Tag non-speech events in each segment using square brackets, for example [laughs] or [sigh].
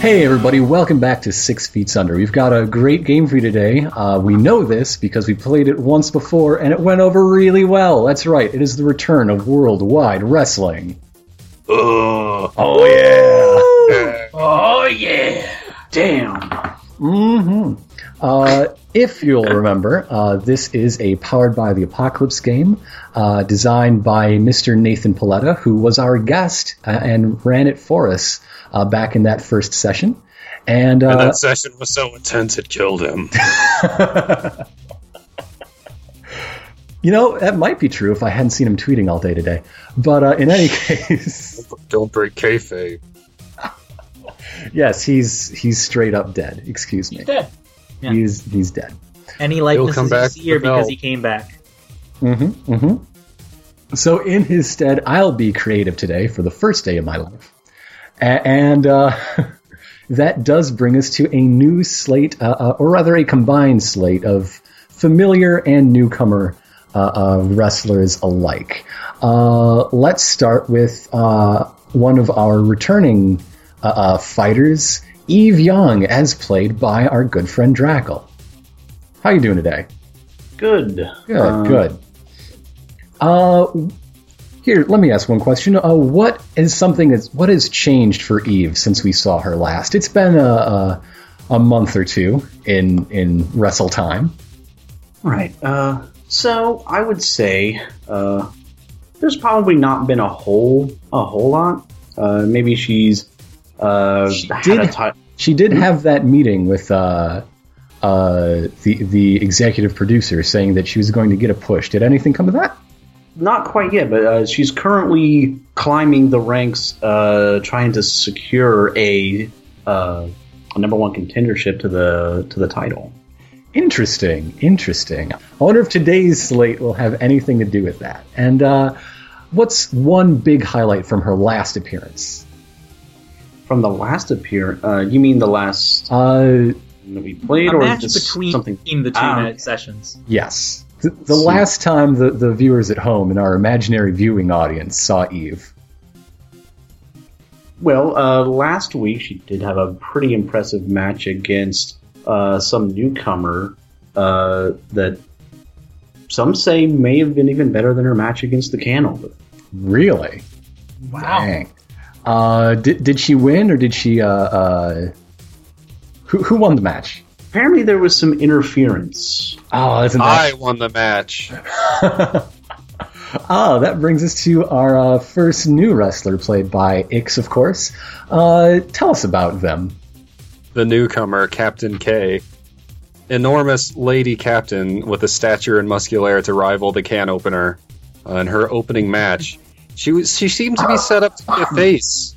Hey, everybody, welcome back to Six Feet Under. We've got a great game for you today. Uh, we know this because we played it once before and it went over really well. That's right, it is the return of worldwide wrestling. Oh, Oh, yeah! oh yeah! Damn! hmm Uh, if you'll remember, uh, this is a Powered by the Apocalypse game uh, designed by Mr. Nathan Paletta, who was our guest uh, and ran it for us uh, back in that first session. And, uh, And that session was so intense it killed him. You know, that might be true if I hadn't seen him tweeting all day today. But uh, in [laughs] any case, Don't break kayfabe. yes, he's he's straight up dead. Excuse me, dead. Yeah. he's he's dead. Any likenesses come you back see are with help. because he came back. Mm-hmm, mm-hmm. So in his stead, I'll be creative today for the first day of my life, A- and uh, [laughs] that does bring us to a new slate, uh, uh, or rather, a combined slate of familiar and newcomer uh, uh, wrestlers alike. Uh, let's start with uh, one of our returning uh, uh, fighters, Eve Young, as played by our good friend Drackle. How you doing today? Good. Good, Um, good. Uh, here, let me ask one question. Uh, what is something that's what has changed for Eve since we saw her last? It's been a a, a month or two in in wrestle time. Right. Uh, so I would say uh, there's probably not been a whole a whole lot. Uh, maybe she's uh, She had did- a ti- She did have that meeting with uh, uh, the the executive producer saying that she was going to get a push. Did anything come of that? not quite yet, but uh, she's currently climbing the ranks, uh, trying to secure a, uh, a number one contendership to the to the title. Interesting, interesting. I wonder if today's slate will have anything to do with that. And uh, what's one big highlight from her last appearance? From the last appear, uh, you mean the last Uh, that we played, A or match just between something? the two Ah, minute okay. sessions. yes. The, the See. last time the, the viewers at home in our imaginary viewing audience saw Eve. Well, uh, last week she did have a pretty impressive match against uh, some newcomer uh, that some say may have been even better than her match against the Canover. Really? Wow. Dang. Uh, did, did she win or did she. Uh, uh, who, who won the match? Apparently, there was some interference. Oh, isn't that I won the match. Ah, that brings us to our uh, first new wrestler, played by Ix, of course. Uh, tell us about them. The newcomer, Captain K. Enormous lady captain with a stature and musculaire to rival the can opener. Uh, in her opening match, she was she seemed to be set up to be a face,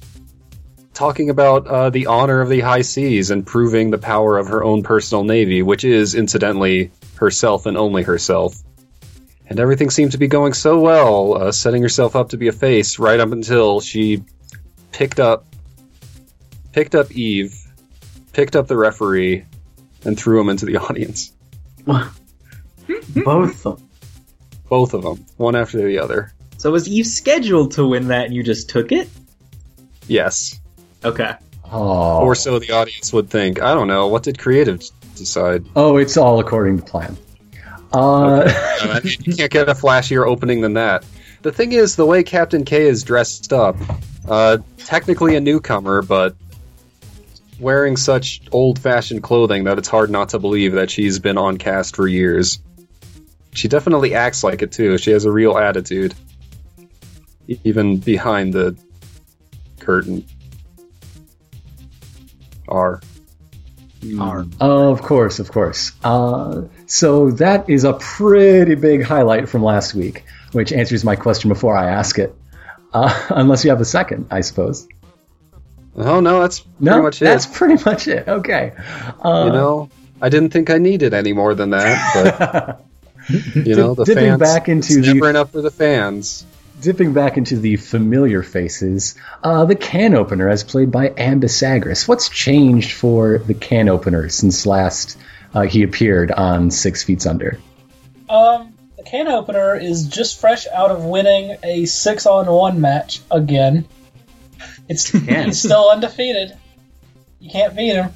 talking about uh, the honor of the high seas and proving the power of her own personal navy, which is incidentally herself and only herself. And everything seemed to be going so well, uh, setting herself up to be a face right up until she picked up picked up Eve, picked up the referee, and threw him into the [laughs] audience. Both of Both of them, one after the other. So was Eve scheduled to win that and you just took it? Yes. Okay. Oh, Or so the audience would think. I don't know. What did creative decide? oh, it's all according to plan. Uh, [laughs] Uh, [laughs] you can't get a flashier opening than that. The thing is, the way Captain K is dressed up, uh, technically a newcomer, but wearing such old-fashioned clothing that it's hard not to believe that she's been on cast for years. She definitely acts like it too. She has a real attitude, e- even behind the curtain. R. them are. Of course, of course. Uh, so that is a pretty big highlight from last week, which answers my question before I ask it. Uh, [laughs] unless you have a second, I suppose. Oh no, that's No, pretty much it. that's pretty much it. Okay. Uh, you know i didn't think i needed any more than that but you know the Dipping fans back into it's the- never enough for the fans dipping back into the familiar faces, uh, the can opener, as played by Ambisagris. What's changed for the can opener since last uh, he appeared on Six Feet Under? Um, the can opener is just fresh out of winning a six on one match again. It's [laughs] Can. he's still undefeated. You can't beat him.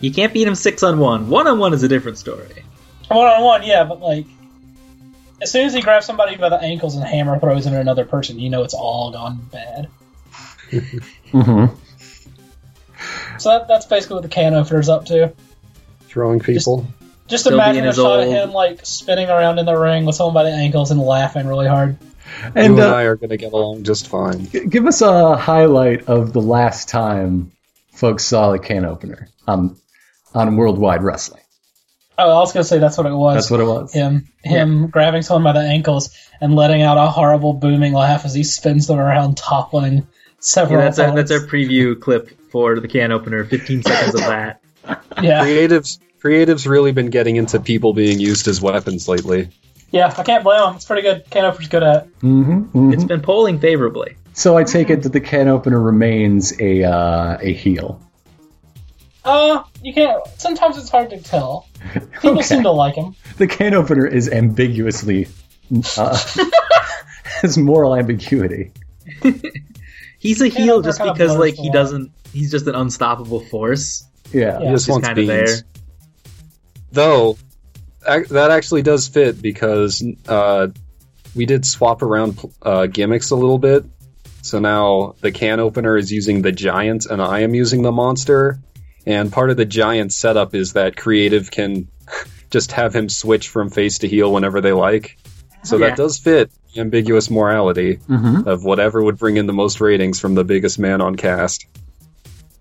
You can't beat him six on one. One on one is a different story. One on one, yeah, but like, as soon as he grabs somebody by the ankles and hammer throws him at another person, you know it's all gone bad. Mm-hmm. So that, that's basically what the can opener's up to. Throwing people. Just Still imagine being a his shot old- at him like spinning around in the ring with someone by the ankles and laughing really hard. And you and uh, I are going to get along just fine. g- give us a highlight of the last time folks saw the can opener on on worldwide wrestling. Oh, I was gonna say that's what it was. That's what it was. him him grabbing someone by the ankles and letting out a horrible booming laugh as he spins them around, toppling Yeah, several. that's our, opponents. that's our preview clip for the can opener. Fifteen seconds of that. yeah, Creatives, creatives really been getting into people being used as weapons lately. yeah. I can't blame him. It's pretty good. Can opener's good at. it. Mhm, mhm. It's been polling favorably. So I take it that the can opener remains a uh, a heel. Uh, you can't. Sometimes it's hard to tell. People Okay. seem to like him. The can opener is ambiguously uh, [laughs] has moral ambiguity. He's a Can heel opener just kinda because blurs like the he line. doesn't. He's just an unstoppable force. Yeah. Yeah. This He's one's kind of there. beans. Though ac- that actually does fit because uh, we did swap around uh, gimmicks a little bit. So now the can opener is using the giant, and I am using the monster. And part of the giant setup is that creative can [laughs] just have him switch from face to heel whenever they like. So Yeah. that does fit the ambiguous morality Mm-hmm. of whatever would bring in the most ratings from the biggest man on cast.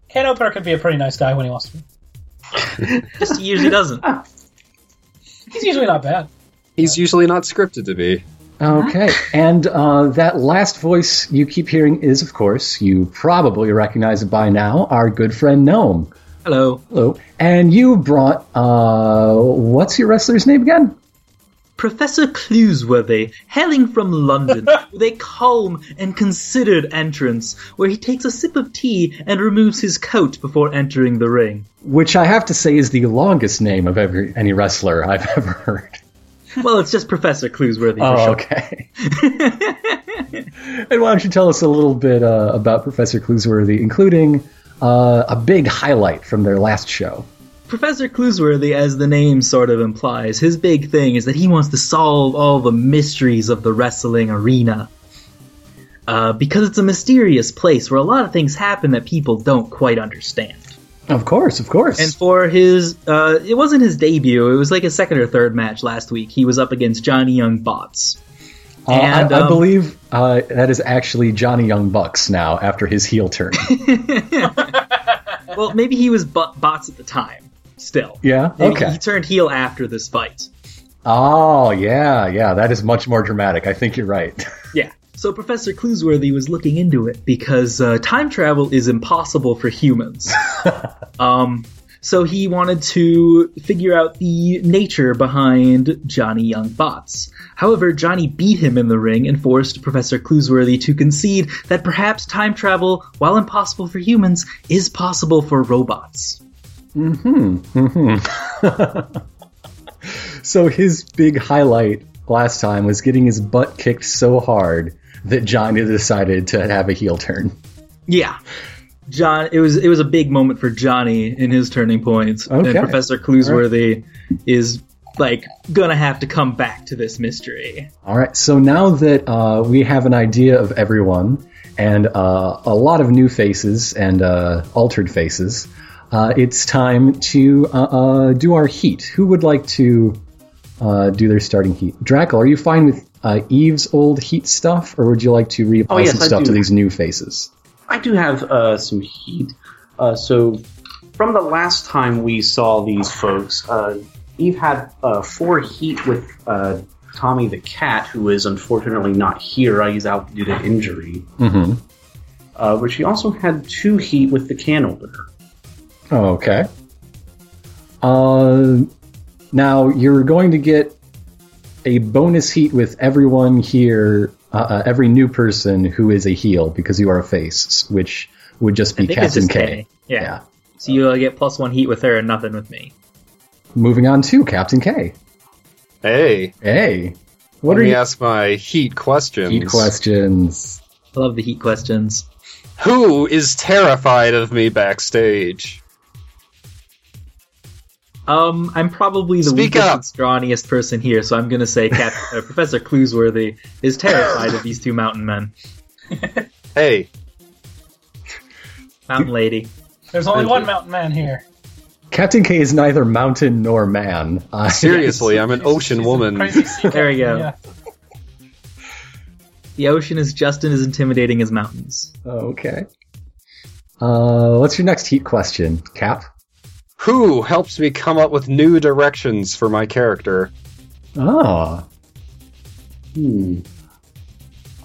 Can opener could be a pretty nice guy when he wants to. be. Just he usually doesn't. He's usually not bad. He's usually not scripted to be. Okay, and uh, that last voice you keep hearing is, of course, you probably recognize it by now, our good friend Gnome. Hello, Hello. And you brought, uh, what's your wrestler's name again? Professor Cluesworthy, hailing from London, with a calm and considered entrance, where he takes a sip of tea and removes his coat before entering the ring. Which I have to say is the longest name of every, any wrestler I've [laughs] ever heard. Well, it's just Professor Cluesworthy for Oh, sure. okay. [laughs] and why don't you tell us a little bit uh, about Professor Cluesworthy, including uh, a big highlight from their last show. Professor Cluesworthy, as the name sort of implies, his big thing is that he wants to solve all the mysteries of the wrestling arena. Uh, because it's a mysterious place where a lot of things happen that people don't quite understand. Of course, of course. And for his, uh, it wasn't his debut. It was like his second or third match last week. He was up against Johnny Young Bots. Uh, I- and, I, um, believe uh, that is actually Johnny Young Bucks now after his heel turn. [laughs] Well, maybe he was Bo- Bots at the time. Still, yeah. Maybe Okay. he turned heel after this fight. Oh, yeah, yeah. That is much more dramatic. I think you're right. [laughs] Yeah. So Professor Cluesworthy was looking into it because uh, time travel is impossible for humans. um, so he wanted to figure out the nature behind Johnny Young Bots. However, Johnny beat him in the ring and forced Professor Cluesworthy to concede that perhaps time travel, while impossible for humans, is possible for robots. Mm-hmm, so his big highlight last time was getting his butt kicked so hard that Johnny decided to have a heel turn. Yeah. John, it was it was a big moment for Johnny in his turning point, and Okay. Professor Cluesworthy is like gonna have to come back to this mystery. All right. So now that uh, we have an idea of everyone and uh, a lot of new faces and uh, altered faces, uh, it's time to uh, uh, do our heat. Who would like to uh, do their starting heat? Drackle, are you fine with uh, Eve's old heat stuff, or would you like to reapply Oh, yes, some I stuff do. to these new faces? I do have uh, some heat. Uh, so, from the last time we saw these folks, uh, Eve had uh, four heat with uh, Tommy the cat, who is unfortunately not here. Uh, He's out due to injury. Mm-hmm. Uh, but she also had two heat with the can opener. Okay. Uh, now you're going to get a bonus heat with everyone here, uh, uh, every new person who is a heel because you are a face, which would just be Captain K. Yeah. Yeah. So you uh, get plus one heat with her and nothing with me. Moving on to Captain K. Hey, Hey, what let are me you? ask my heat questions. Heat questions. I love the heat questions. Who is terrified of me backstage? Um, I'm probably the Speak weakest up. and scrawniest person here, so I'm going to say Cap- [laughs] uh, Professor Cluesworthy is terrified of these two mountain men. Hey, Mountain lady. There's only Thank one you. mountain man here. Captain K is neither mountain nor man. [laughs] Uh, seriously, I'm an She's- ocean she's a woman. crazy sea There we captain, go. The ocean is just as intimidating as mountains. okay. Uh, what's your next heat question, Cap? Who helps me come up with new directions for my character? Oh, Hmm.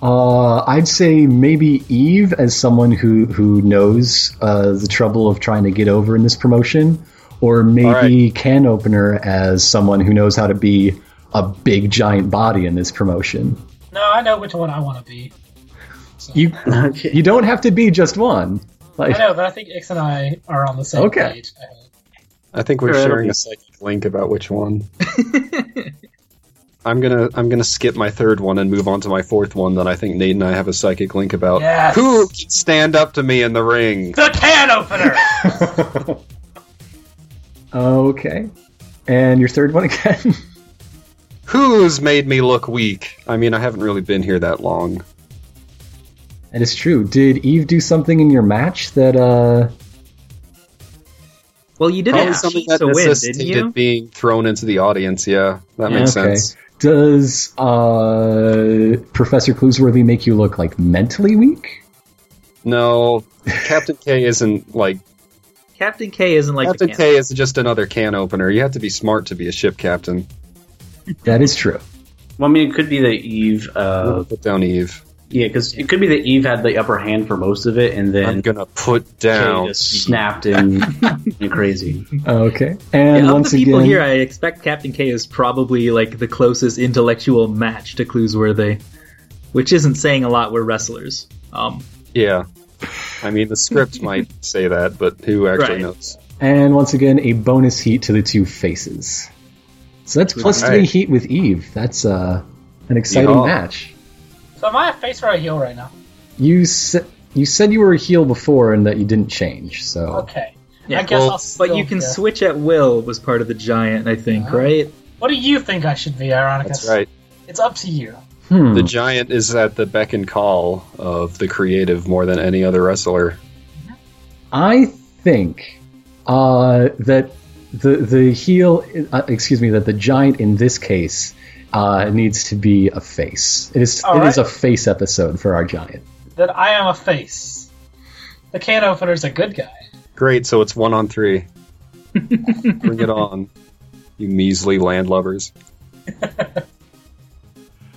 uh, I'd say maybe Eve as someone who who knows uh, the trouble of trying to get over in this promotion, or maybe can opener as someone who knows how to be a big giant body in this promotion. No, I know which one I want to be. You [laughs] Okay. you don't have to be just one. Like I know, but I think X and I are on the same Okay. page. I hope. I think we're Sure, it'll sharing be- a psychic link about which one. I'm gonna I'm gonna skip my third one and move on to my fourth one that I think Nate and I have a psychic link about. Yes. Who can stand up to me in the ring? The can opener. okay, and your third one [laughs] again. Who's made me look weak? I mean, I haven't really been here that long. That is true. Did Eve do something in your match that uh Well, you Probably didn't something cheat that to win, didn't necessitated you? being thrown into the audience. Yeah, that Yeah, makes okay. sense. does uh Professor Cluesworthy make you look like mentally weak? No, Captain K isn't like Captain K isn't like Captain the can- K is just another can opener. You have to be smart to be a ship captain. That is true. Well, I mean, it could be that Eve. Uh, put down Eve. yeah, because it could be that Eve had the upper hand for most of it, and I'm then gonna put Kay down. just snapped [laughs] in and crazy. Uh, Okay. And Yeah, once of the people again here, I expect Captain K is probably like the closest intellectual match to Cluesworthy, which isn't saying a lot. We're wrestlers. Um, Yeah, I mean the script might say that, but who actually Right. knows? and once again a bonus heat to the two faces. So that's plus All three right. heat with Eve. That's uh an exciting Yeehaw. match. so am I a face or a heel right now? You s- you said you were a heel before and that you didn't change, so Okay. Yeah, I guess well, I'll but still you can guess. switch at will was part of the giant, I think, Uh-huh. right? What do you think I should be, Ironicus? That's right. It's up to you. hmm. The giant is at the beck and call of the creative more than any other wrestler. I think uh, that the the heel, uh, excuse me, that the giant in this case uh, needs to be a face. It is All it is right. a face episode for our giant. That I am a face. The can opener's a good guy. Great, so it's one on three. Bring it on, you measly landlubbers.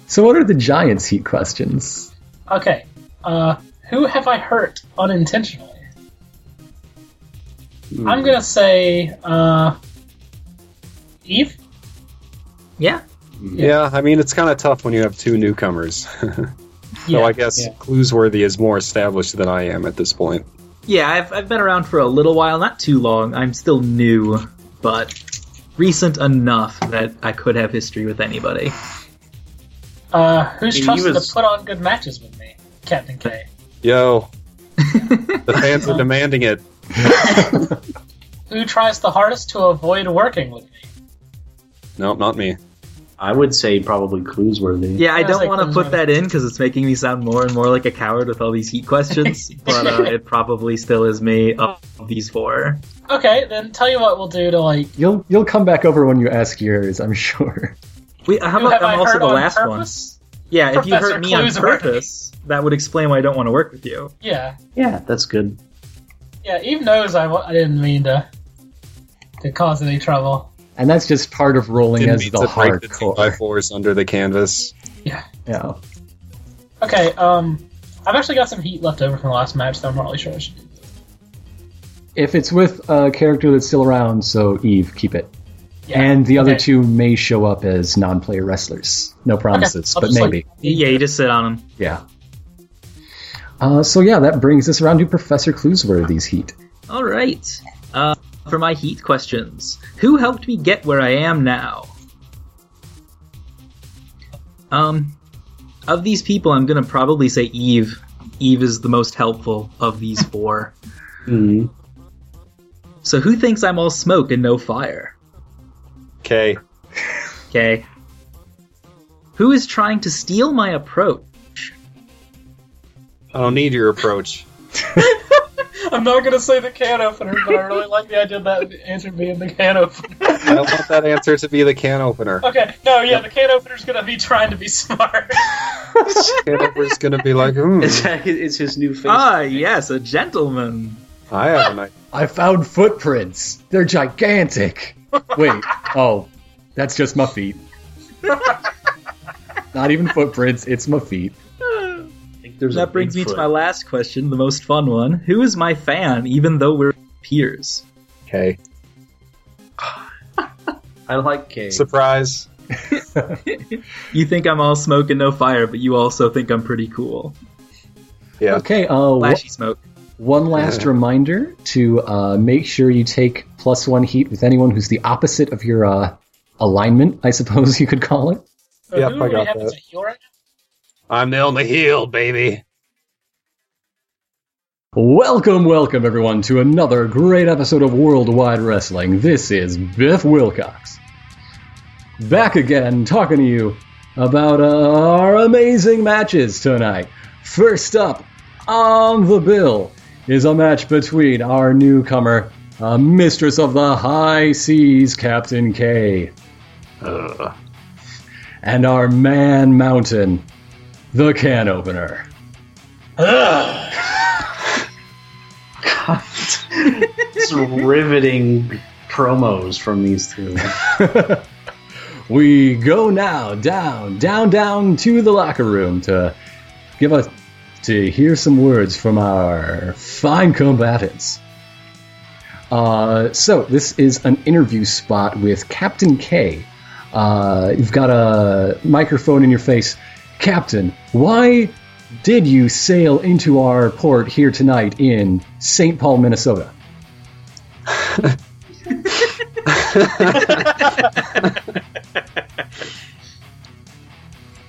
So, what are the giant's heat questions? Okay. Uh, who have I hurt unintentionally? Hmm. I'm gonna say uh, Eve. Yeah. Yeah, I mean it's kind of tough when you have two newcomers. so I guess yeah. Cluesworthy is more established than I am at this point. Yeah, I've, I've been around for a little while, not too long. I'm still new, but recent enough that I could have history with anybody. Uh, who's He trusted was- to put on good matches with me, Captain K? Yo, the fans are demanding it. Who tries the hardest to avoid working with me? Nope, not me. I would say probably Cluesworthy. Yeah, I Yeah, it's don't like want to those put are- that in because it's making me sound more and more like a coward with all these heat [laughs] questions, but uh, it probably still is me of these four. Okay, then tell you what we'll do to like. You'll you'll come back over when you ask yours, I'm [laughs] sure. We, how who about have I'm I also hurt the on last one? purpose? Yeah, if you Professor hurt me on Clues hurt me. purpose, that would explain why I don't want to work with you. Yeah, Yeah, that's good. yeah. Eve knows I, wa- I didn't mean to to cause any trouble. And that's just part of rolling Didn't as mean the to break the by hardcore. fours under the canvas. Yeah. yeah. Okay. Um, I've actually got some heat left over from the last match, so I'm not really sure I should do. If it's with a character that's still around, so Eve, keep it. Yeah. and the other okay. two may show up as non-player wrestlers. No promises, I'll but just, like, maybe. Yeah, you just sit on them. Yeah. Uh, so yeah, that brings us around to Professor Cluesworthy's heat. All right. Uh, for my heat questions, who helped me get where I am now? Um, of these people, I'm gonna probably say Eve. Eve is the most helpful of [laughs] these four. Mm. So who thinks I'm all smoke and no fire? K. Okay. Who is trying to steal my approach? I don't need your approach. [laughs] I'm not gonna say the can opener, but I really like the idea of that answer being the can opener. [laughs] I don't want that answer to be the can [laughs] opener. Okay, no, yeah, the can opener's gonna be trying to [laughs] be smart. Can opener's gonna be like, hmm, [laughs] It's, it's his new face. Ah, yes, a gentleman. I have an idea. I found footprints. They're [laughs] gigantic. Wait, oh, that's just my feet. Not even footprints, it's my feet. I think there's a That brings me to Bigfoot. my last question, the most fun one. Who is my fan, even though we're peers? K. I like K. Surprise. You think I'm all smoke and no fire, but you also think I'm pretty cool. Yeah. Okay, uh, wh- Flashy smoke. One last reminder to uh, make sure you take plus one heat with anyone who's the opposite of your uh, alignment, I suppose [laughs] you could call it. So Yep, who I do we got have that. as a heel right I'm the only heel, baby. Welcome, welcome everyone to another great episode of Worldwide Wrestling. This is Biff Wilcox. Back again, talking to you about uh, our amazing matches tonight. First up on the bill is a match between our newcomer, uh, Mistress of the High Seas, Captain K, Ugh. and our man mountain, the can opener. now? It's [laughs] riveting promos from these two. We go now down, down, down to the locker room to give us to hear some words from our fine combatants. Uh, so this is an interview spot with Captain K. Uh, you've got a microphone in your face, Captain. Why did you sail into our port here tonight in St. Paul, Minnesota?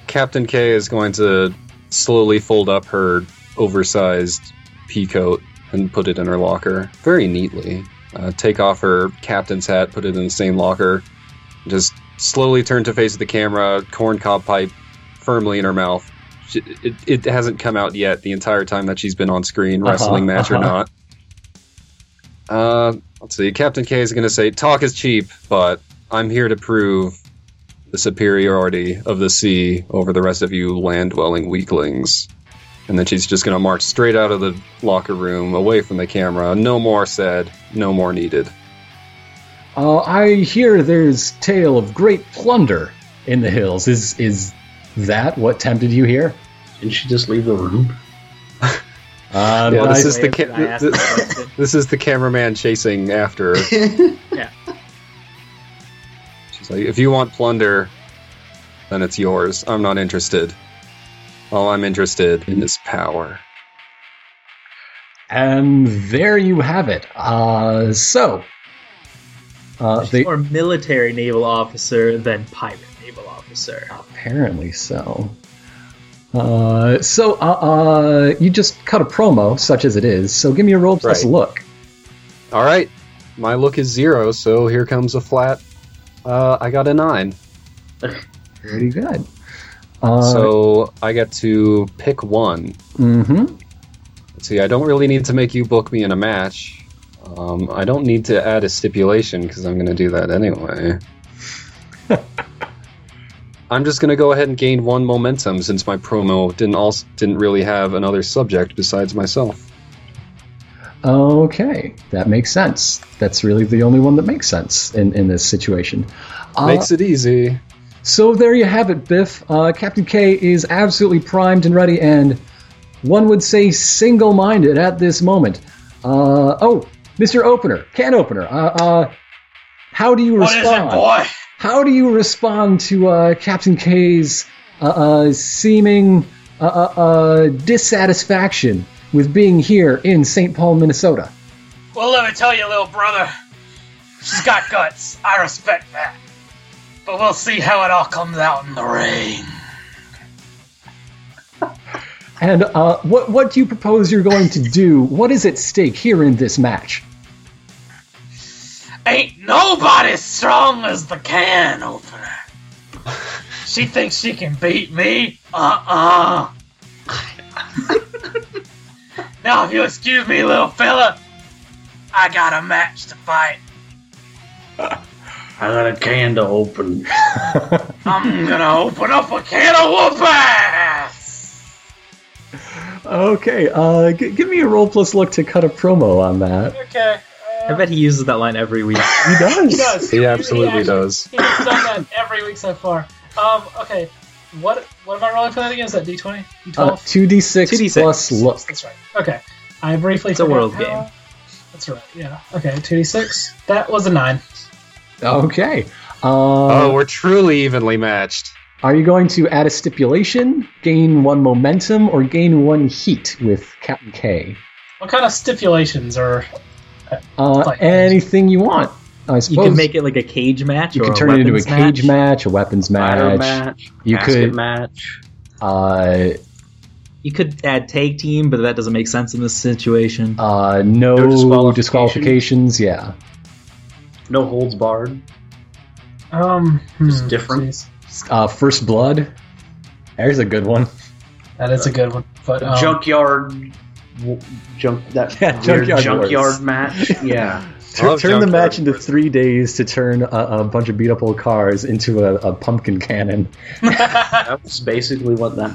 Captain K is going to slowly fold up her oversized pea coat and put it in her locker very neatly. Uh, take off her captain's hat, put it in the same locker, just slowly turn to face the camera, corncob pipe firmly in her mouth. She- It, it hasn't come out yet the entire time that she's been on screen, Uh-huh, wrestling match or uh-huh. not. Uh, let's see. Captain K is going to say, Talk is cheap, but I'm here to prove the superiority of the sea over the rest of you land dwelling weaklings. And then she's just going to march straight out of the locker room, away from the camera. No more said, no more needed. Uh, I hear there's tale of great plunder in the hills. Is is that what tempted you here? Didn't she just leave the room? Um, Yeah, I- this is the Wait, ca- I asked th- that question. This is the cameraman chasing after her. Yeah. She's like, if you want plunder, then it's yours. I'm not interested. All I'm interested in is power. and there you have it. Uh, so uh, [laughs] She's they more military naval officer than pirate naval officer. apparently so. Uh, so uh, uh, you just cut a promo, such as it is. So give me a roll plus Right. look. All right, my look is zero, so here comes a flat. Uh, I got a nine, Pretty good. Uh, so I get to pick one. hmm Let's see, I don't really need to make you book me in a match. Um, I don't need to add a stipulation because I'm going to do that anyway. [laughs] I'm just going to go ahead and gain one momentum since my promo didn't also didn't really have another subject besides myself. Okay, that makes sense. That's really the only one that makes sense in, in this situation. Uh, Makes it easy. So there you have it, Biff. Uh, Captain K is absolutely primed and ready, and one would say single minded at this moment. Uh, oh, Mr. Opener, can opener. Uh, uh, how do you What is it, respond? boy? how do you respond to uh, Captain K's uh, uh, seeming uh, uh, uh, dissatisfaction with being here in St. Paul, Minnesota? Well, let me tell you, little brother. She's got guts. I respect that. But we'll see how it all comes out in the rain. And uh, what what do you propose you're going to do? What is at stake here in this match? Ain't Nobody's strong as the can opener. [laughs] She thinks she can beat me? Uh uh now, if you'll excuse me, little fella, I got a match to fight. I got a can to open. [laughs] I'm gonna open up a can of whoop ass! Okay, uh, g- give me a roll plus luck to cut a promo on that. Okay. I bet he uses that line every week. He does. He does. He absolutely actually- does. He's done that every week so far. Um, okay. What what am I rolling for that again? Is that D twenty? D Uh, twelve? 2d6, 2d6. plus luck. That's right. Okay. I briefly It's a forgot world how- game. That's right, yeah. Okay, two D six. That was a nine. Okay. Uh, Oh, we're truly evenly matched. Are you going to add a stipulation, gain one momentum, or gain one heat with Captain K? What kind of stipulations are Uh, Like- anything you want, I You suppose. can make it like a cage match. You or can turn it into a weapons cage match, a weapons Fire match. match. you basket could, match. uh, You could add tag team, but that doesn't make sense in this situation. uh, no, No disqualification. disqualifications. Yeah. No holds barred. um Just hmm, different. jeez. Uh, first blood. There's a good one. That is a good one. But um, [laughs] junkyard. w- Junk that Oh. [laughs] Yeah, weird junkyard junkyard, wars. match. [laughs] Yeah. Turn, love turn the junkyard match into wars. three days to turn a, a bunch of beat up old cars into a, a pumpkin cannon. Uh, that was basically what that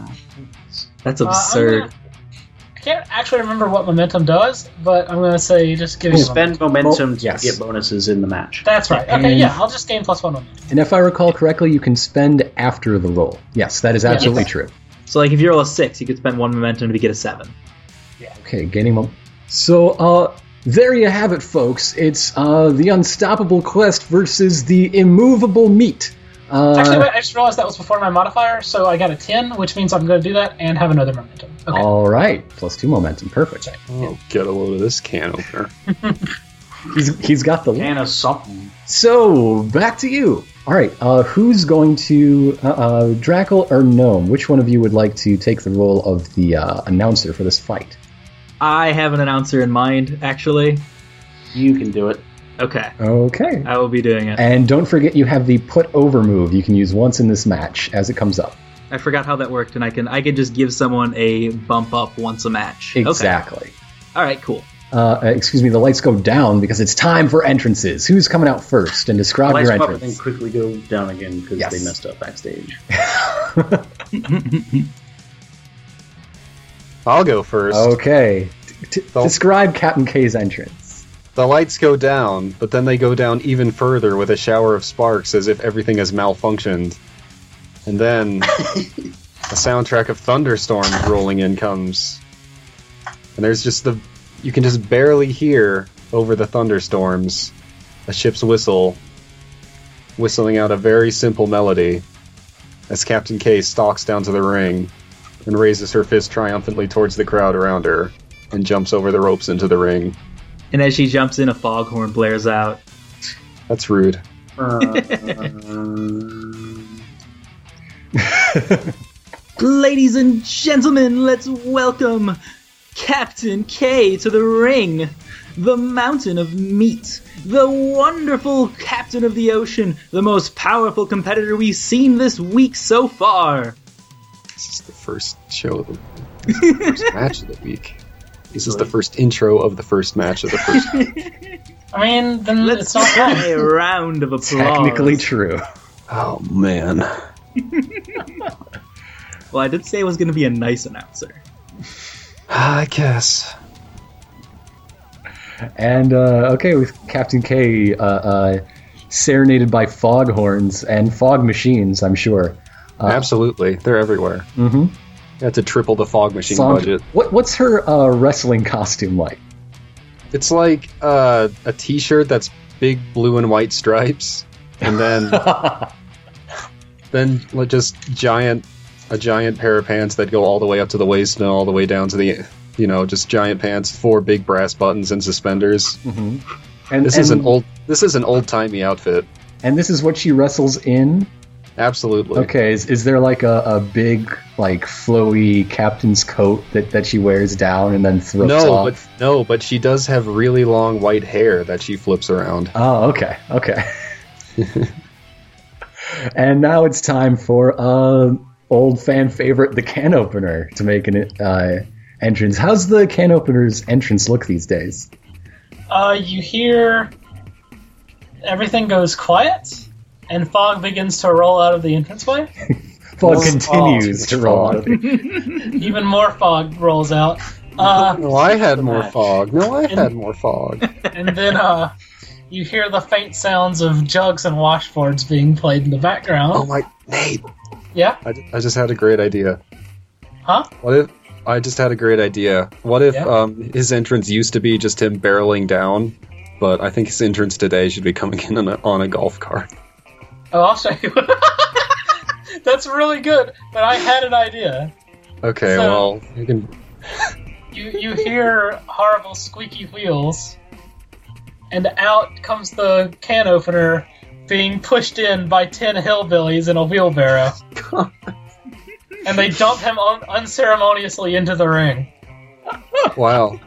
That's uh, I'm absurd. gonna- I can't actually remember what momentum does, but I'm gonna say just give me You a spend momentum Well, to yes. get bonuses in the match. That's right. Okay, And- yeah, I'll just gain plus one on And if I recall correctly, you can spend after the roll. Yes, that is absolutely Yes. true. So like if you roll a six, you could spend one momentum to get a seven. Okay, gaining one. So, uh, there you have it, folks. It's uh, the unstoppable quest versus the immovable meat. Uh, Actually, wait, I just realized that was before my modifier, so I got a 10, which means I'm going to do that and have another momentum. Okay. All right, plus two momentum, perfect. Oh, get a load of this can opener. He's, he's got the Can of something. So back to you. All right, uh, who's going to uh, uh, Drackle or Gnome? Which one of you would like to take the role of the uh, announcer for this fight? I have an announcer in mind, actually. You can do it. Okay, Okay. I will be doing it. And don't forget, you have the put over move you can use once in this match as it comes up. I forgot how that worked, and I can I can just give someone a bump up once a match. Okay. Exactly. All right, cool. Uh, uh, excuse me, the lights go down because it's time for entrances. Who's coming out first? And describe Lights your come up and then entrance. quickly go down again because Yes. they messed [laughs] up backstage. I'll go first. Okay. D- d- So- describe Captain K's entrance. The lights go down, but then they go down even further with a shower of sparks as if everything has malfunctioned. And then a soundtrack of thunderstorms rolling in comes. And there's just the. You can just barely hear over the thunderstorms a ship's whistle whistling out a very simple melody as Captain K stalks down to the ring and raises her fist triumphantly towards the crowd around her and jumps over the ropes into the ring. And as she jumps in, a foghorn blares out. That's rude. Uh, Ladies and gentlemen, let's welcome Captain K to the ring, the mountain of meat, the wonderful captain of the ocean, the most powerful competitor we've seen this week so far. This is the first show, of the, first match of the week. This is the first intro of the first match of the first. I mean, then Let's it's not wrong. a round of applause. Technically true. oh man, Well, I did say it was going to be a nice announcer. Ah, I guess. And uh, okay, with Captain K uh, uh, serenaded by fog horns and fog machines, I'm sure. Absolutely, they're everywhere. Mm-hmm. You have to triple the fog machine budget. What, what's her uh, wrestling costume like? It's like uh, a T-shirt that's big blue and white stripes, and then then like, just giant a giant pair of pants that go all the way up to the waist and all the way down to the you know just giant pants, four big brass buttons and suspenders. Mhm. And This and, is an old this is an old timey outfit. and this is what she wrestles in. Absolutely. Okay, is, is there like a, a big, like flowy captain's coat that, that she wears down and then throws No, off? but no, but she does have really long white hair that she flips around. Oh, okay, okay. and now it's time for uh, old fan favorite, the can opener, to make an uh, entrance. How's the can opener's entrance look these days? Uh, you hear everything goes quiet, and fog begins to roll out of the entranceway. Fog Roll continues off. to roll. out of the- Even more fog rolls out. [laughs] Uh, No, I had more match. fog. No, I had more fog. and then uh, you hear the faint sounds of jugs and washboards being played in the background. Oh my, Nate! Yeah? I, I just had a great idea. Huh? What if I just had a great idea? What if Yeah? um, his entrance used to be just him barreling down, but I think his entrance today should be coming in on a, on a golf cart. Oh, I'll show you. [laughs] That's really good, but I had an idea. Okay, well, So- you can. You you hear horrible squeaky wheels, and out comes the can opener being pushed in by ten hillbillies in [laughs] a wheelbarrow, and they dump him un- unceremoniously into the ring. Wow.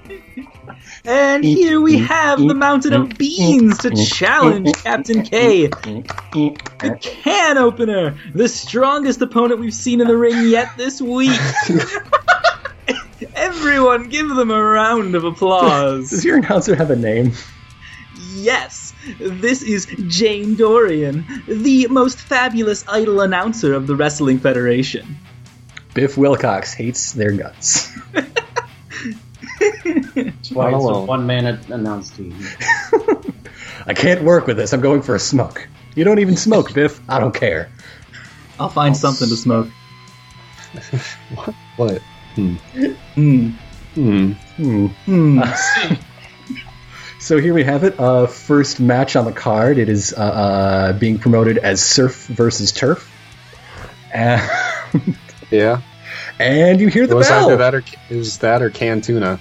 And here we have the mountain of beans to challenge Captain K, the can opener, the strongest opponent we've seen in the ring yet this [laughs] week. Everyone, give them a round [laughs] of Does applause. your announcer have a name? Yes, this is Jane Dorian, the most fabulous idol announcer of the Wrestling Federation. Biff Wilcox hates their guts. That's why it's a Hello. one man announced team. I can't work with this. I'm going for a smoke. You don't even smoke, Biff. I don't care. I'll find something to smoke. What? Hmm. Hmm. Hmm. Hmm. [laughs] So here we have it. Uh, first match on the card. It is uh, uh, being promoted as Surf versus Turf. And, [laughs] Yeah. and you hear It the was bell. either that or it was that or Cantuna.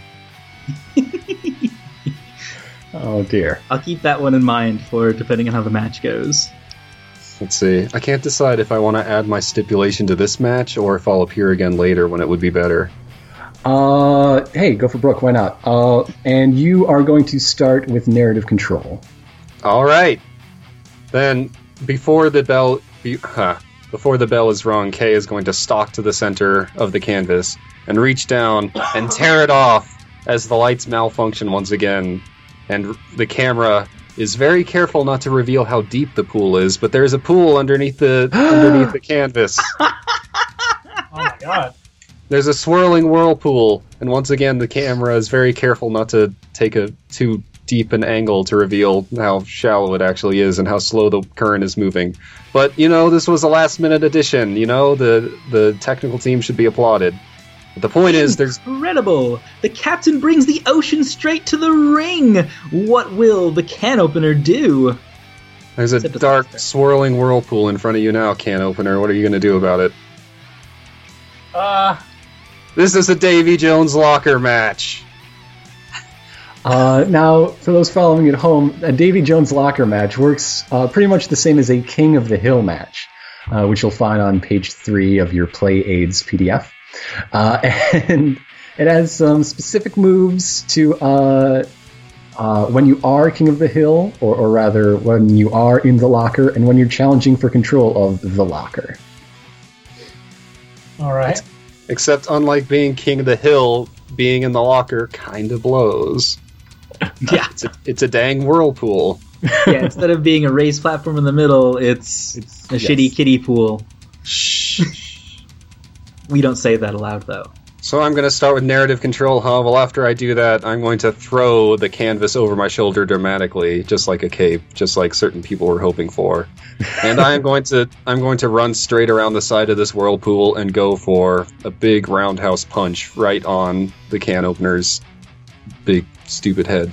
Oh dear. I'll keep that one in mind for depending on how the match goes. Let's see. I can't decide if I want to add my stipulation to this match or if I'll appear again later when it would be better. Uh, hey, go for Brooke. Why not? Uh, and you are going to start with narrative control. All right. Then before the bell be, huh, before the bell is rung, Kay is going to stalk to the center of the canvas and reach down and tear it off as the lights malfunction once again and the camera is very careful not to reveal how deep the pool is, but there's a pool underneath [gasps] the underneath the canvas. Oh my god! There's a swirling whirlpool, and once again, the camera is very careful not to take a too deep an angle to reveal how shallow it actually is and how slow the current is moving. But you know, this was a last-minute addition. You know, the the technical team should be applauded. But the point is, there's Incredible! The captain brings the ocean straight to the ring! What will the can opener do? there's a dark swirling whirlpool in front of you now, can opener. What are you going to do about it? Uh, This is a Davy Jones locker match. Uh, now, for those following at home, a Davy Jones locker match works uh, pretty much the same as a King of the Hill match, uh, which you'll find on page three of your Play Aids PDF. Uh, [laughs] and it has some specific moves to uh, uh, when you are King of the Hill, or, or rather, when you are in the locker, and when you're challenging for control of the locker. all right. Except, unlike being king of the hill, being in the locker kind of blows. Yeah. It's a, it's a dang whirlpool. [laughs] yeah, instead of being a raised platform in the middle, it's, a yes. shitty kiddie pool. Shh. We don't say that aloud, though. So I'm going to start with narrative control, huh? Well, after I do that, I'm going to throw the canvas over my shoulder dramatically, just like a cape, just like certain people were hoping for. And I'm going to I'm going to run straight around the side of this whirlpool and go for a big roundhouse punch right on the can opener's big stupid head,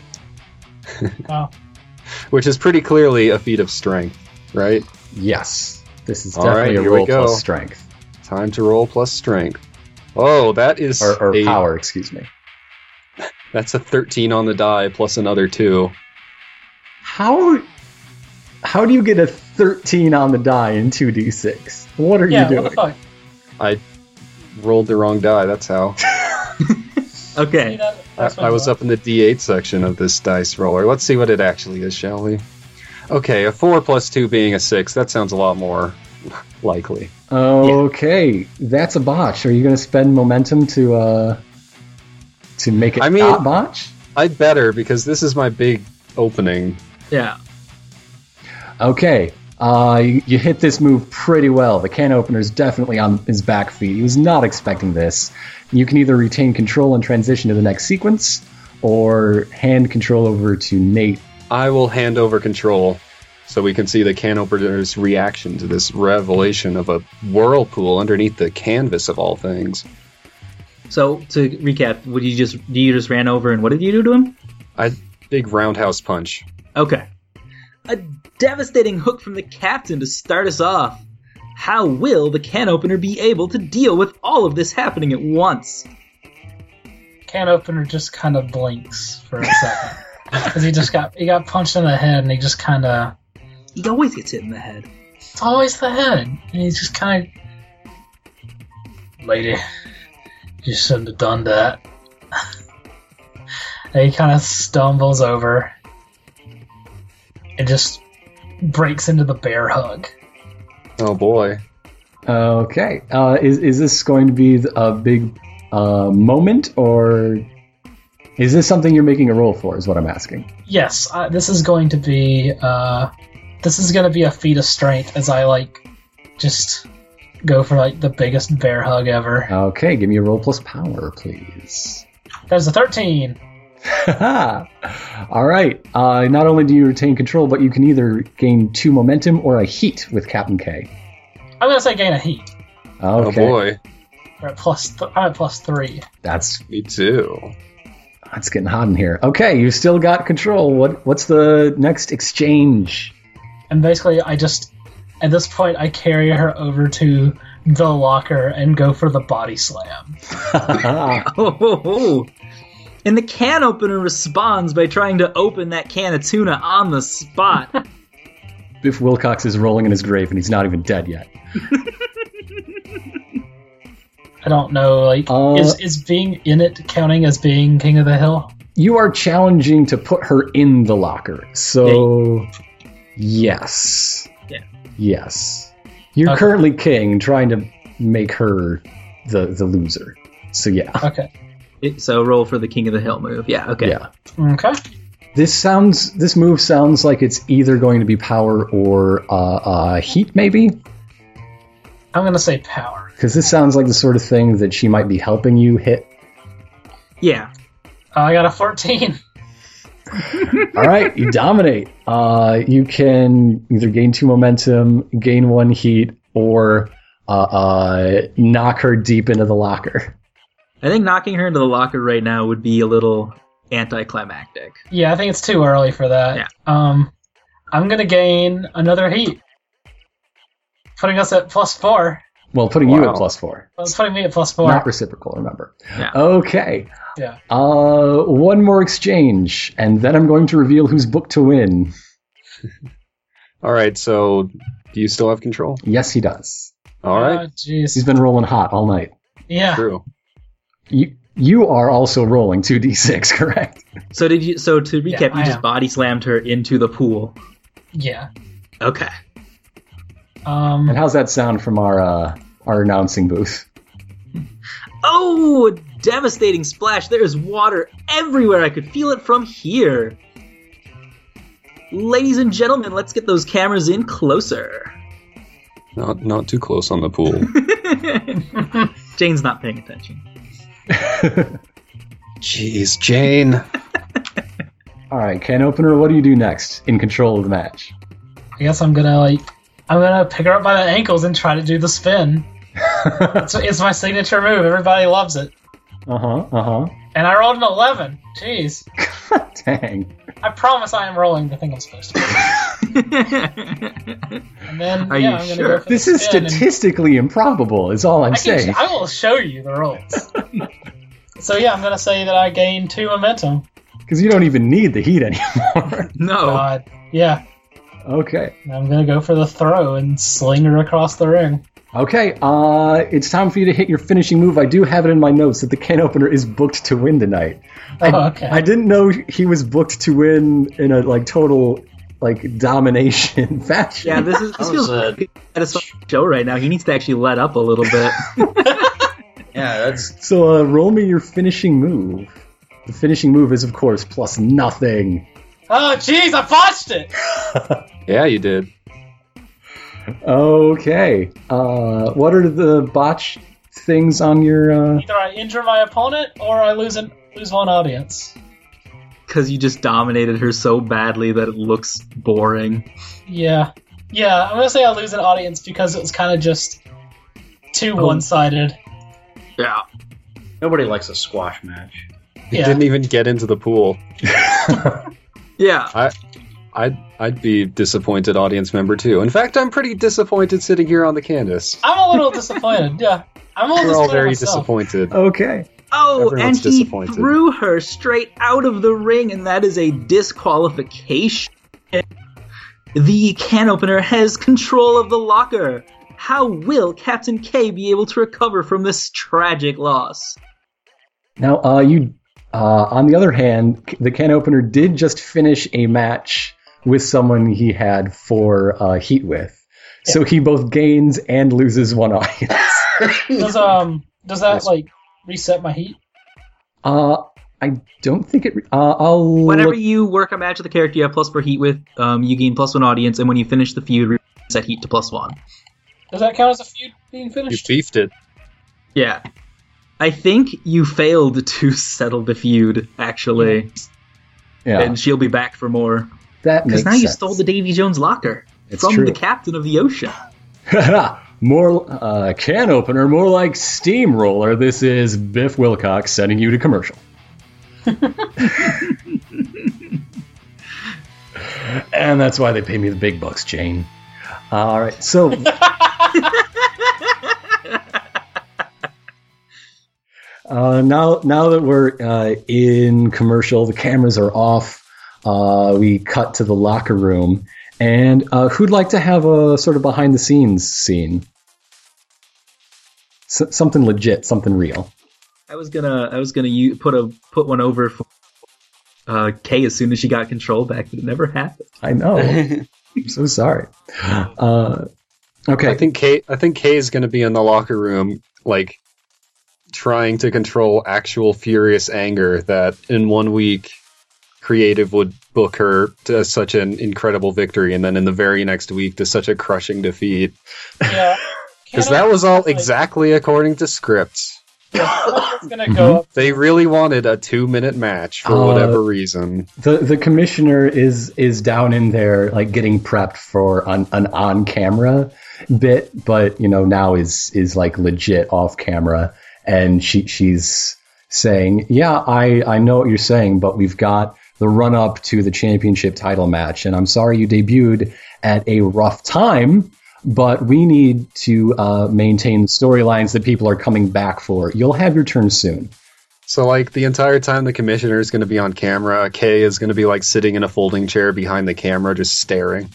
Wow. which is pretty clearly a feat of strength, right? Yes, this is All definitely right, a here we roll go. plus strength Time to roll plus strength. Oh, that is or, or a- power, excuse me. That's a 13 on the die plus another two. How how do you get a 13 on the die in 2d6. What are yeah, you what the doing? fuck? Rolled the wrong die. That's how. See Okay. that? I, That's what I was I'm up in the D8 section of this dice roller. Let's see what it actually is, shall we? Okay, a four plus two being a six. That sounds a lot more [laughs] likely. Okay, that's a botch. Are you going to spend momentum to uh to make it I mean- not botch? I'd better because this is my big opening. Yeah. Okay. Uh, you, you hit this move pretty well. The can opener is definitely on his back feet. He was not expecting this. You can either retain control and transition to the next sequence, or hand control over to Nate. I will hand over control so we can see the can opener's reaction to this revelation of a whirlpool underneath the canvas of all things. So to recap, what you just you just ran over, and what did you do to him? I big roundhouse punch. Okay. A devastating hook from the captain to start us off. How will the can opener be able to deal with all of this happening at once? can opener just kind of blinks for a [laughs] second because he just got he got punched in the head and he just kind of He always gets hit in the head. [laughs] it's always the head and he's just kind of lady you shouldn't have done that [laughs] and he kind of stumbles over and just breaks into the bear hug Oh boy. Okay. Uh, is is this going to be th- a big uh, moment, or is this something you're making a roll for? Is what I'm asking. yes I, this is going to be uh this is going to be a feat of strength as i like just go for like the biggest bear hug ever Okay, give me a roll plus power, please. [laughs] There's a 13. All right. Uh, not only do you retain control, but you can either gain two momentum or a heat with Captain K. I'm gonna say gain a heat. Okay, Oh boy. We're at plus. Th- I'm at plus three. that's Me too. that's getting hot in here. Okay, you still got control. What what's the next exchange? And basically, I just at this point I carry her over to the locker and go for the body slam. Ah, [laughs] Ho Oh, ho ho! And the can opener responds by trying to open that can of tuna on the [laughs] spot. Biff Wilcox is rolling in his grave and he's not even dead yet. I don't know. Like, Uh, is is being in it counting as being king of the hill? You are challenging to put her in the locker. So yes. Yeah. Yes. You're Okay. currently king trying to make her the the loser. So yeah. Okay. It- so roll for the king of the hill move. Yeah. Okay. Yeah. Okay. This sounds. This move sounds like it's either going to be power or uh, uh, heat, maybe, I'm gonna say power. because this sounds like the sort of thing that she might be helping you hit. Yeah. Uh, I got a [laughs] 14. All right, you dominate. Uh, you can either gain two momentum, gain one heat, or uh, uh, knock her deep into the locker. I think knocking her into the locker right now would be a little anticlimactic. Yeah, I think it's too early for that. Yeah. Um, I'm gonna gain another heat, putting us at plus four. Well, putting you at Wow. plus four. Well, it's putting me at plus four. Not reciprocal, remember. Yeah. Okay. Yeah. Uh, one more exchange, and then I'm going to reveal who's booked to win. All right, so do you still have control? Yes, he does. All right. Oh, jeez. He's been rolling hot all night. yeah. True. You you are also rolling two d six, [laughs] correct? So did you? So to recap, I you just am. body slammed her into the pool. Yeah. Okay. And Um, how's that sound from our uh, our announcing booth? [laughs] Oh, a devastating splash! There is water everywhere. I could feel it from here. Ladies and gentlemen, let's get those cameras in closer. [laughs] Not not too close on the [laughs] pool. Jane's not paying attention. Jeez, Jane. All right, can opener. What do you do next in control of the match? I guess I'm gonna like, I'm gonna pick her up by the ankles and try to do [laughs] the spin. it's, it's my signature move. Everybody loves it. Uh huh. Uh And I rolled an 11. Jeez. huh. [laughs] Dang. I promise I am rolling the thing I'm [laughs] supposed to. And then Are yeah, you I'm gonna sure? go for This the is spin and- statistically improbable. Is all I'm I, can, saying. I will show you the [laughs] rolls. so yeah, I'm gonna say that I gained two momentum. Oh. Uh, Because you don't even need the heat [laughs] anymore. no. God. Yeah. Okay. And I'm gonna go for the throw and sling her across the ring. Okay, uh, it's time for you to hit your finishing move. I do have it in my notes that the can opener is booked to win tonight. Oh, okay. I didn't know he was booked to win in a like total like domination [laughs] fashion. Yeah, this is this That feels was like a- at a show right now. He needs to actually let up a little [laughs] bit. Yeah, that's So uh, roll me your finishing move. The finishing move is, of course, plus nothing. Oh, jeez, I botched it. Yeah, you did. Okay. Uh, what are the botch things on your? Uh... Either I injure my opponent or I lose an, lose one audience. because you just dominated her so badly that it looks boring. Yeah, yeah. I'm gonna say I lose an audience because it was kind of just too Oh. one sided. Yeah. nobody likes a squash match. He Yeah. didn't even get into the pool. Yeah. I'd I'd be disappointed audience member too. In fact, I'm pretty disappointed sitting here on the Canvas. I'm a little disappointed. Yeah, [laughs] I'm a little We're all disappointed very myself. disappointed. Okay. Oh, Everyone's and he disappointed. threw her straight out of the ring, and that is a disqualification. The can opener has control of the locker. How will Captain K be able to recover from this tragic loss? Now, uh, you. Uh, on the other hand, c- the can opener did just finish a match with someone he had for uh, heat with, so he both gains and loses one [laughs] audience. Does um does that Yes. like reset my heat? Uh, I don't think it. Re- uh, I'll Whenever look- you work a match with a character you have plus per heat with, um, you gain plus one audience, and when you finish the feud, reset heat to plus one. Does that count as a feud being You finished? beefed it. Yeah. I think you failed to settle the feud, actually, yeah, and she'll be back for more. that makes Because now sense. you stole the Davy Jones locker It's from true. the captain of the ocean. [laughs] more uh, can opener, more like steamroller. This is Biff Wilcox sending you to commercial. [laughs] and that's why they pay me the big bucks, Jane. Uh, All right, so. [laughs] Uh, now, now that we're uh, in commercial, the cameras are off. Uh, we cut to the locker room, and uh, who'd like to have a sort of behind the scenes scene? S- something legit, something real. I was gonna, I was gonna u- put a put one over for uh, Kay as soon as she got control back, but it never happened. I know. I'm so sorry. Uh, okay. I think Kay. I think Kay's going to be in the locker room, like trying to control actual furious anger that in one week, creative would book her to such an incredible victory, and then in the very next week to such a crushing defeat. [laughs] Yeah. Because Can that I- was all like, exactly according to script. It's gonna go up. They really wanted a two-minute match for Uh, whatever reason. the the commissioner is is down in there like getting prepped for an, an on camera bit, but you know now is is like legit off camera, and she she's saying, yeah, I I know what you're saying, but we've got the run up to the championship title match, and I'm sorry you debuted at a rough time. But we need to uh, maintain the storylines that people are coming back for. You'll have your turn soon. So, like, the entire time the commissioner is going to be on camera, Kay is going to be, like, sitting in a folding chair behind the camera, just staring.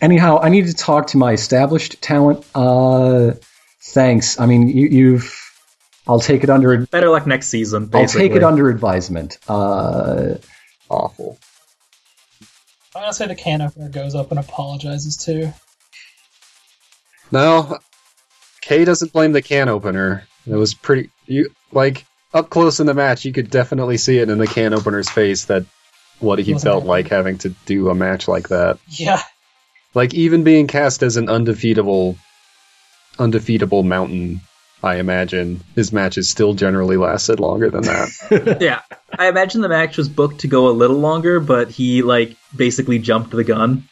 anyhow, I need to talk to my established talent. Uh, thanks. I mean, you, you've. I'll take it under. Better luck next season. I'll Basically. take it under advisement. Uh, Awful. I'm gonna say the can opener goes up and apologizes too. No, Kay doesn't blame the can opener. It was pretty. You like up close in the match, you could definitely see it in the can opener's face that what he Wasn't felt it? like having to do a match like that. Yeah. Like even being cast as an undefeatable, undefeatable mountain, I imagine his matches still generally lasted longer than that. Yeah, I imagine the match was booked to go a little longer, but he like basically jumped the gun.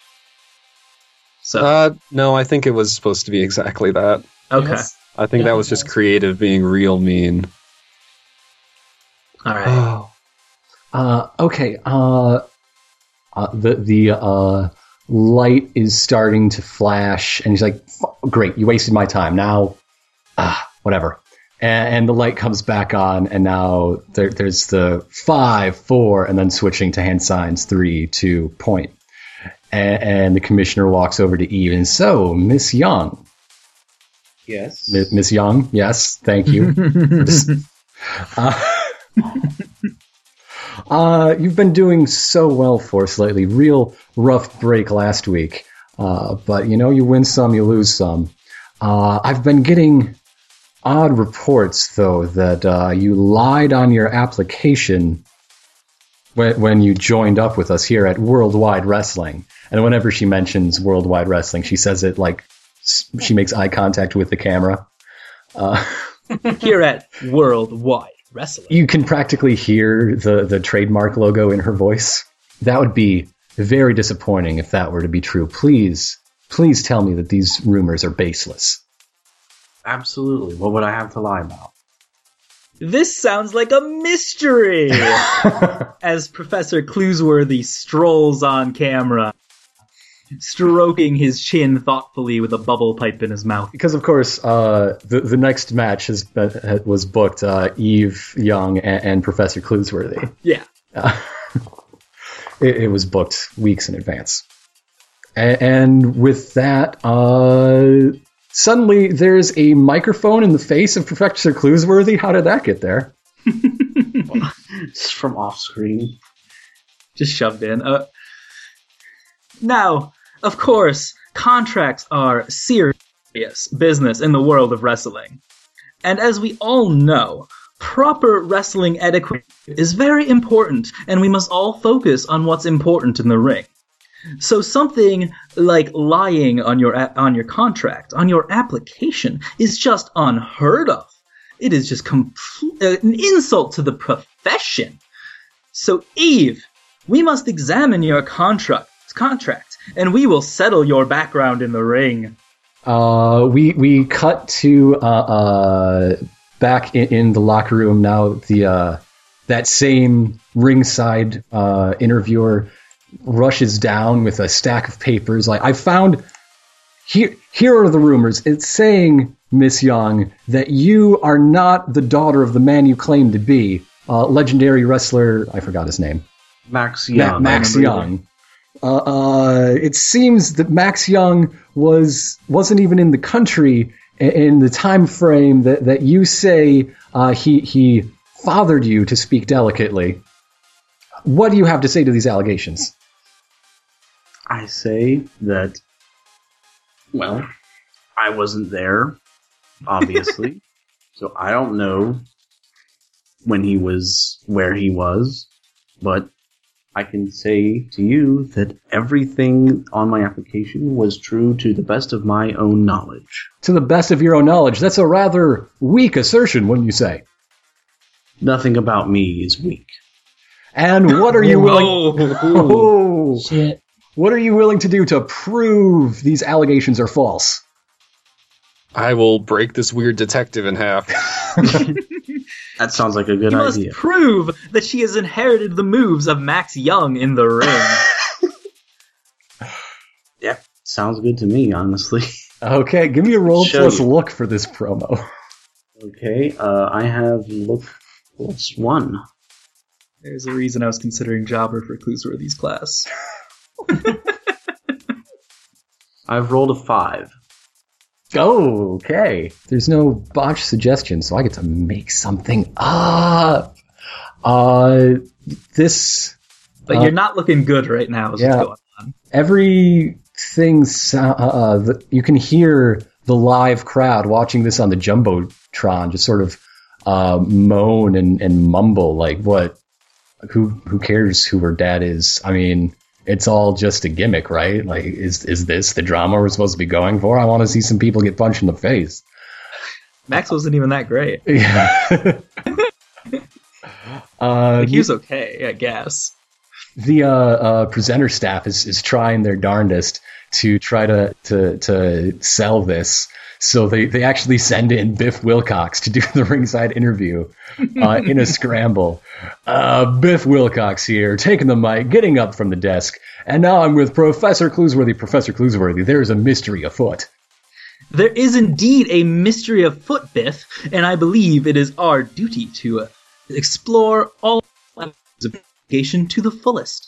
So uh, no, I think it was supposed to be exactly that. okay, Yes. I think Yeah, that was it just was. creative being real mean. [sighs] all right. Oh, uh, okay. Uh, uh, the the uh, light is starting to flash, and he's like, "F- "Great, you wasted my time. Now, ah, whatever." And, and the light comes back on, and now there, there's the five, four, and then switching to hand signs, three, two, point. And, and the commissioner walks over to Eve and so, Miss Young, Yes. Mi- Miss Young, yes, thank you. uh, uh, you've been doing so well for us lately. Real rough break last week, uh, but you know you win some, you lose some. Uh, I've been getting odd reports though that uh, you lied on your application when, when you joined up with us here at Worldwide Wrestling. And whenever she mentions Worldwide Wrestling, she says it like s- she makes eye contact with the camera. Uh, [laughs] Here at Worldwide Wrestling. you can practically hear the, the trademark logo in her voice. That would be very disappointing if that were to be true. Please, please tell me that these rumors are baseless. Absolutely. What would I have to lie about? This sounds like a mystery! As Professor Cluesworthy strolls on camera, stroking his chin thoughtfully with a bubble pipe in his mouth. Because of course, uh, the the next match has been, ha- was booked uh, Eve Young and, and Professor Cluesworthy. Yeah. It, it was booked weeks in advance, and, and with that, uh, suddenly there's a microphone in the face of Professor Cluesworthy. How did that get there? Just from off screen. just shoved in. Uh, now, of course, contracts are serious business in the world of wrestling. And as we all know, proper wrestling etiquette is very important, and we must all focus on what's important in the ring. So something like lying on your a- on your contract, on your application is just unheard of. It is just complete, uh, an insult to the profession. So Eve, we must examine your contract, contract, and we will settle your background in the ring. Uh, we we cut to uh, uh, back in, in the locker room now. The uh, that same ringside uh, interviewer rushes down with a stack of papers. Like I found here here are the rumors. It's saying Miss Young that you are not the daughter of the man you claim to be. Uh, legendary wrestler, I forgot his name. Max Ma- Young. Max I remember that. Young. Uh, uh, it seems that Max Young was wasn't even in the country i- in the time frame that, that you say uh, he he fathered you to speak delicately. What do you have to say to these allegations? I say that, well, I wasn't there, [laughs] obviously. so I don't know when he was, where he was, but I can say to you that everything on my application was true to the best of my own knowledge. To the best of your own knowledge, that's a rather weak assertion, wouldn't you say? Nothing about me is weak. And what [laughs] are you willing? Oh, [laughs] Oh, Shit. what are you willing to do to prove these allegations are false? [sighs] I will break this weird detective in half. That sounds like a good you must idea. prove that she has inherited the moves of Max Young in the [laughs] ring. Sounds good to me, honestly. [laughs] Okay, give me a roll Show plus you. look for this promo. Okay, uh, I have look plus one. There's a reason I was considering Jobber for Cluesworthy's class. [laughs] I've rolled a five. Oh, okay. There's no botch suggestion, so I get to make something up. Uh, this But Uh, you're not looking good right now. Is what's yeah. going on. everything so- uh, uh, the, you can hear the live crowd watching this on the jumbotron just sort of uh, moan and, and mumble like, "What? Who who cares who her dad is? I mean." It's all just a gimmick, right? Like, is is this the drama we're supposed to be going for? I want to see some people get punched in the face. Max wasn't even that great. [laughs] Yeah. uh, Like, he was okay, I guess. the uh, uh, presenter staff is, is trying their darndest to try to to, to sell this. So they, they actually send in Biff Wilcox to do [laughs] the ringside interview uh, in a scramble. Uh, Biff Wilcox here, taking the mic, getting up from the desk, and now I'm with Professor Cluesworthy. Professor Cluesworthy, there is a mystery afoot. There is indeed a mystery afoot, Biff, and I believe it is our duty to uh, explore all allegations to the fullest.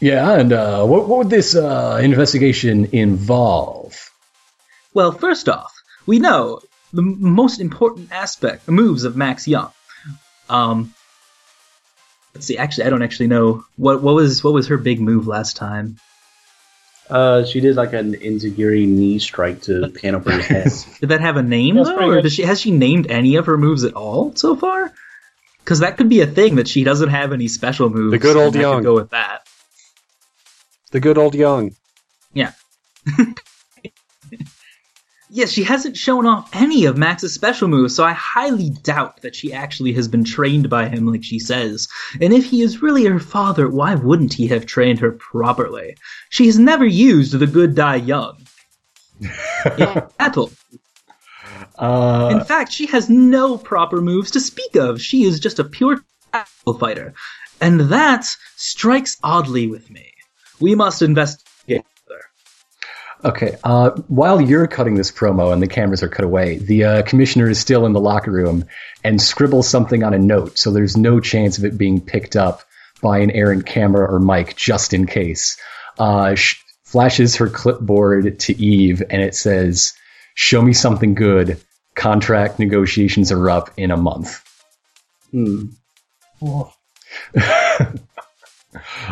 Yeah, and uh, what, what would this uh, investigation involve? Well, first off, we know the m- most important aspect, moves of Max Young. Um, let's see. Actually, I don't actually know what what was what was her big move last time. Uh, she did like an enziguri knee strike to pan over his head. Did that have a name That's though, pretty or good. does she has she named any of her moves at all so far? Because that could be a thing that she doesn't have any special moves. good old and I could Young. Go with that. The good old young. Yes, she hasn't shown off any of Max's special moves, so I highly doubt that she actually has been trained by him like she says. And if he is really her father, why wouldn't he have trained her properly? She has never used the good die young. in battle. Uh, In fact, she has no proper moves to speak of. She is just a pure tackle fighter. And that strikes oddly with me. We must investigate further. okay, uh, while you're cutting this promo and the cameras are cut away, the uh, commissioner is still in the locker room and scribbles something on a note, so there's no chance of it being picked up by an errant camera or mic, just in case. Uh, sh- flashes her clipboard to Eve, and it says, "Show me something good. Contract negotiations are up in a month." [laughs] [laughs] Hmm.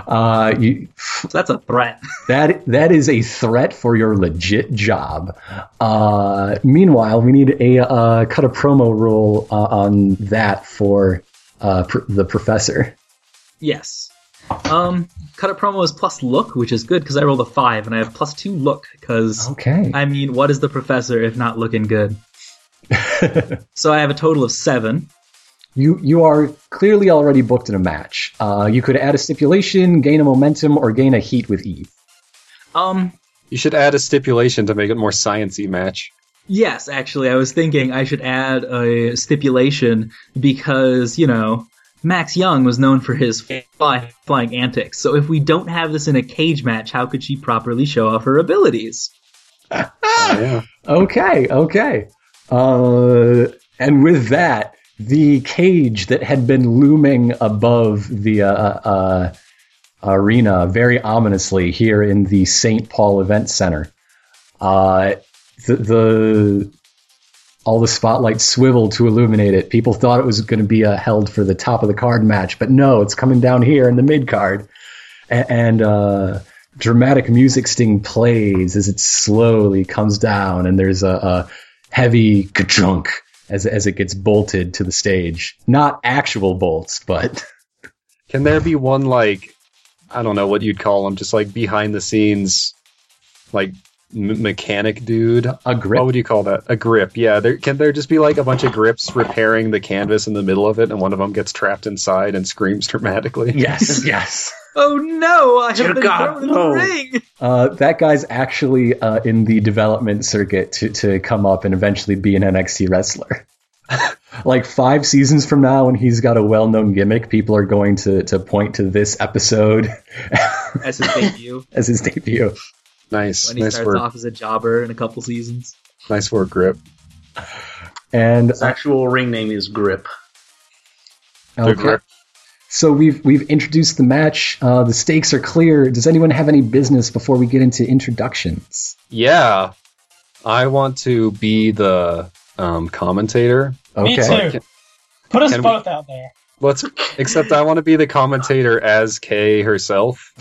Uh, you, So that's a threat. That that is a threat for your legit job. Uh, meanwhile, we need a uh, cut a promo roll uh, on that for uh, pr- the professor. Yes. Um, cut up promo is plus look, which is good because I rolled a five and I have plus two look Oh. because Okay. I mean, what is the professor if not looking [laughs] good? so I have a total of seven. You you are clearly already booked in a match. Uh, you could add a stipulation, gain a momentum, or gain a heat with E. Eve. Um, You should add a stipulation to make it more sciency match. yes, actually, I was thinking I should add a stipulation because you know Max Young was known for his fly, flying antics. So if we don't have this in a cage match, how could she properly show off her abilities? yeah. Okay, okay. Uh, and with that, the cage that had been looming above the uh, uh, arena very ominously here in the St. Paul Event Center, uh, the, the all the spotlights swiveled to illuminate it. People thought it was going to be uh, held for the top of the card match, but no, it's coming down here in the mid card, A- and. Uh, dramatic music sting plays as it slowly comes down, and there's a, a heavy ka-chunk as as it gets bolted to the stage. Not actual bolts, but [laughs] Can there be one like I don't know what you'd call them, just like behind the scenes, like m- mechanic dude? a grip. [laughs] What would you call that? A grip? Yeah. There can there just be like a bunch of grips repairing the canvas in the middle of it, and one of them gets trapped inside and screams [laughs] dramatically. yes, yes. Oh no! I have Dear been God, thrown in no. the [laughs] ring. Uh, that guy's actually uh, in the development circuit to to come up and eventually be an NXT wrestler. [laughs] like five seasons from now, when he's got a well known gimmick, people are going to to point to this episode [laughs] That's his debut. as his debut. Nice, when he nice starts work, off as a jobber in a couple seasons. nice work, grip. And His actual ring name is Grip. The grip. So we've we've introduced the match. Uh, the stakes are clear. Does anyone have any business before we get into introductions? Yeah, I want to be the um, commentator. Me too. Can- Put us Can we- both out there. Let's except I want to be the commentator as Kay herself.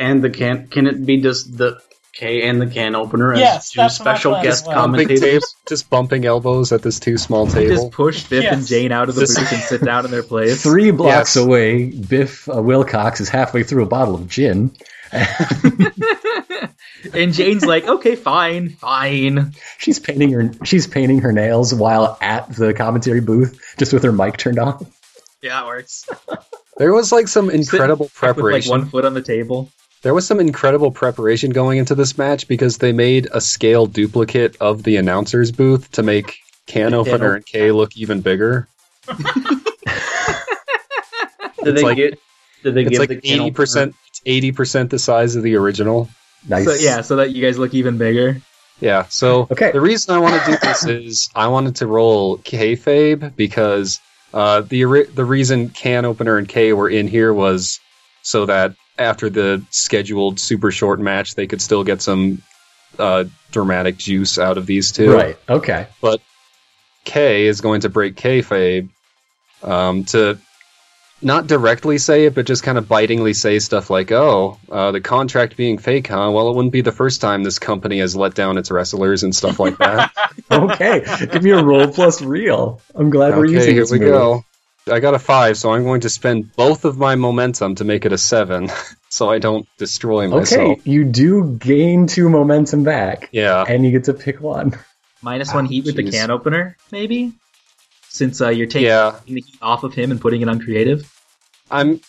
And the can can it be just the K and the can opener as Yes, two that's what I special planned as guest well. Bumping commentators? tables, [laughs] just bumping elbows at this too small Just table. push Biff and Yes. Jane out of the Just- booth and sit down in their [laughs] place. Three blocks Yes. away, Biff uh, Wilcox is halfway through a bottle of gin. and Jane's like, okay, fine, fine. She's painting her she's painting her nails while at the commentary booth, just with her mic turned on. Yeah, that works. There was like some incredible With like preparation. one foot on the table. There was some incredible preparation going into this match because they made a scale duplicate of the announcer's booth to make Can Opener and Kay look even bigger. Did they like- get? Did they It's give like the can eighty percent. It's eighty percent the size of the original. Nice. So yeah, so that you guys look even bigger. Yeah. So Okay. the reason I want to do this is I wanted to roll kayfabe because uh, the ori- the reason can opener and K were in here was so that after the scheduled super short match, they could still get some uh, dramatic juice out of these two. Right. Okay. K is going to break kayfabe um, to not directly say it, but just kind of bitingly say stuff like, "Oh, uh, the contract being fake, huh? Well, it wouldn't be the first time this company has let down its wrestlers and stuff like that." Okay. [laughs] Give me a roll plus real. I'm glad we're okay, using here this we move. go. I got a five, so I'm going to spend both of my momentum to make it a seven, [laughs] so I don't destroy Okay, myself. you do gain two momentum back, Yeah. and you get to pick one. Minus one Ah, heat with the jeez. can opener, maybe? Since uh, you're taking Yeah. the heat off of him and putting it on creative. I'm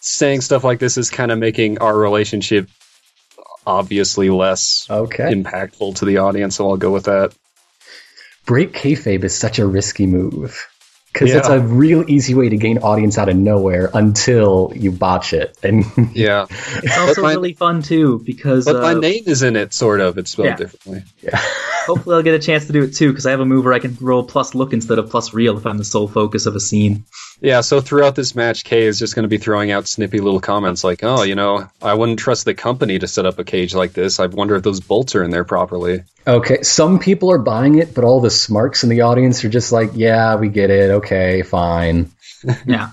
saying stuff like this is kind of making our relationship obviously less Okay. impactful to the audience, so I'll go [laughs] with that. Break kayfabe is such a risky move because Yeah. it's a real easy way to gain audience out of nowhere until you botch it. And [laughs] Yeah. [laughs] It's also my- really fun too because But my uh, name is in it, sort of. It's spelled Yeah. differently. hopefully I'll get a chance to do it too because I have a move where I can roll plus look instead of plus real if I'm the sole focus of a scene. Yeah, so throughout this match, Kay is just going to be throwing out snippy little comments like, oh, you know, I wouldn't trust the company to set up a cage like this. I wonder if those bolts are in there properly. okay, some people are buying it, but all the smarks in the audience are just like, "Yeah, we get it. Okay, fine." Yeah.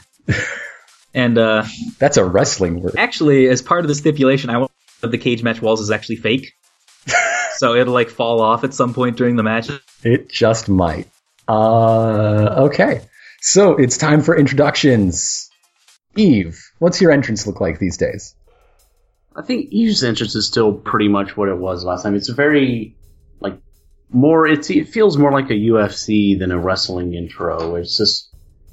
and uh, That's a wrestling word. actually, as part of the stipulation, I want the cage match walls is actually fake. so it'll like fall off at some point during the match. It just might. Uh, okay, so it's time for introductions. Eve, what's your entrance look like these days? I think Eve's entrance is still pretty much what it was last time. It's very like more. It's, it feels more like a UFC than a wrestling intro. It's just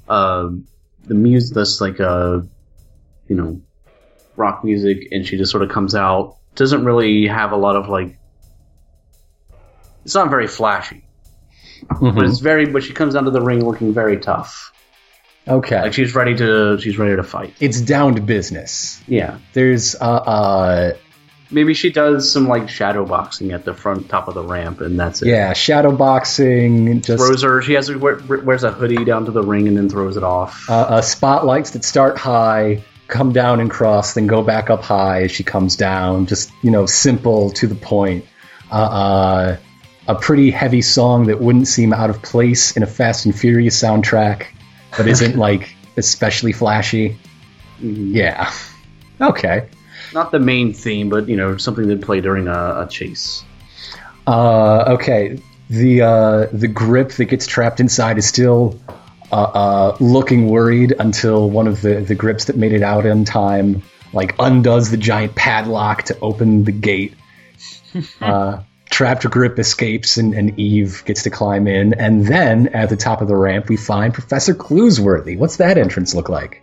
um, the music that's like a you know rock music, and she just sort of comes out. Doesn't really have a lot of like. It's not very flashy, but it's very. But she comes down to the ring looking very tough. Okay. Like she's ready to. She's ready to fight. it's down to business. Yeah. There's uh, uh Maybe she does some like shadow boxing at the front top of the ramp, and that's it. yeah, shadow boxing, just throws her. She has wear- wears a hoodie down to the ring and then throws it off. uh, uh, spotlights that start high, come down and cross, then go back up high as she comes down. Just you know, simple to the point. Uh, uh, a pretty heavy song that wouldn't seem out of place in a Fast and Furious soundtrack, but isn't like especially flashy. Mhm. Yeah. [laughs] Okay. Not the main theme, but you know something they play during a, a chase. Uh, okay. The uh, the grip that gets trapped inside is still uh, uh, looking worried until one of the, the grips that made it out in time like undoes the giant padlock to open the [laughs] gate. uh, trapped grip escapes and, and Eve gets to climb in, and then at the top of the ramp we find Professor Cluesworthy. What's that entrance look like?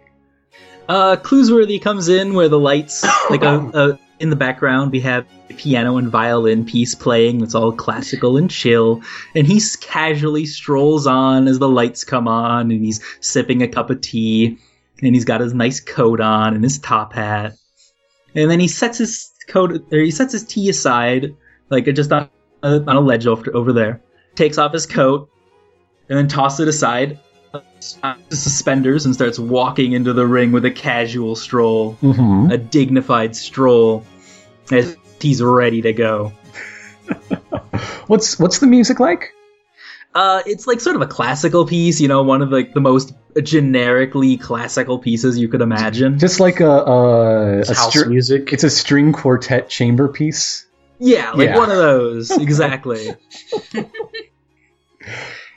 Uh, Cluesworthy comes in where the lights, like a, a, in the background, we have a piano and violin piece playing that's all classical and chill. And he s- casually strolls on as the lights come on, and he's sipping a cup of tea, and he's got his nice coat on and his top hat. And then he sets his coat, or he sets his tea aside, like just on a, on a ledge over, over there. Takes off his coat, and then tosses it aside, uh, suspenders and starts walking into the ring with a casual stroll, Mm-hmm. a dignified stroll, as he's ready to go. What's what's the music like? Uh, it's like sort of a classical piece, you know, one of like the most generically classical pieces you could imagine. Just like a, a, a It's house str- music. it's a string quartet chamber piece. Yeah, like Yeah. one of those [laughs] exactly.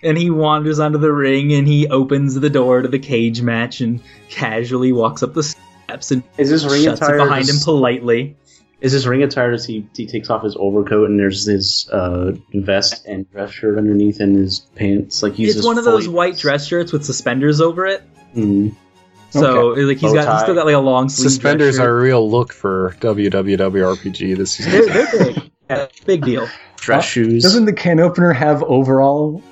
and he wanders onto the ring and he opens the door to the cage match and casually walks up the steps and is this ring shuts it attire? behind him just- politely. is this ring attire? As he he takes off his overcoat and there's his uh, vest and dress shirt underneath and his pants. Like he's it's just one of those fully- white dress shirts with suspenders over it. Mhm. So like he's Bow got he's still tie. got like a long sleeve. dress Suspenders shirt. are a real look for WWWRPG this they're, season. they're big. Yeah, big deal. dress Uh, shoes. Doesn't the can opener have overall?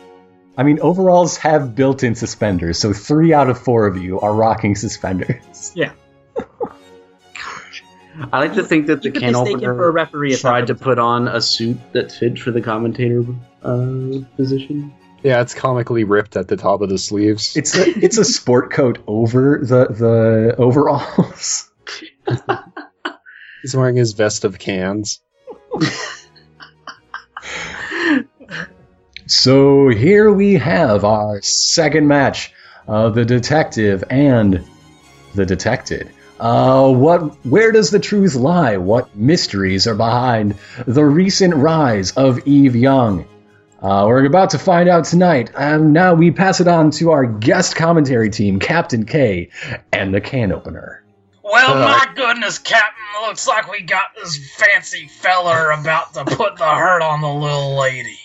I mean, overalls have built-in suspenders, so three out of four of you are rocking suspenders. I like to think that [laughs] the You could can mistake him for a opener referee. at tried times. to put on a suit that fit for the commentator uh, position. yeah, it's comically ripped at the top of the sleeves. It's a, it's a sport coat over the the overalls. He's wearing his vest of cans. So here we have our second match uh, the detective and the detected. Uh, what? Where does the truth lie? What mysteries are behind the recent rise of Eve Young? Uh, we're about to find out tonight. Um, now we pass it on to our guest commentary team, Captain K, and the can opener. [laughs] Well, Uh, my goodness, Captain, looks like we got this fancy feller about to put the hurt on the little lady.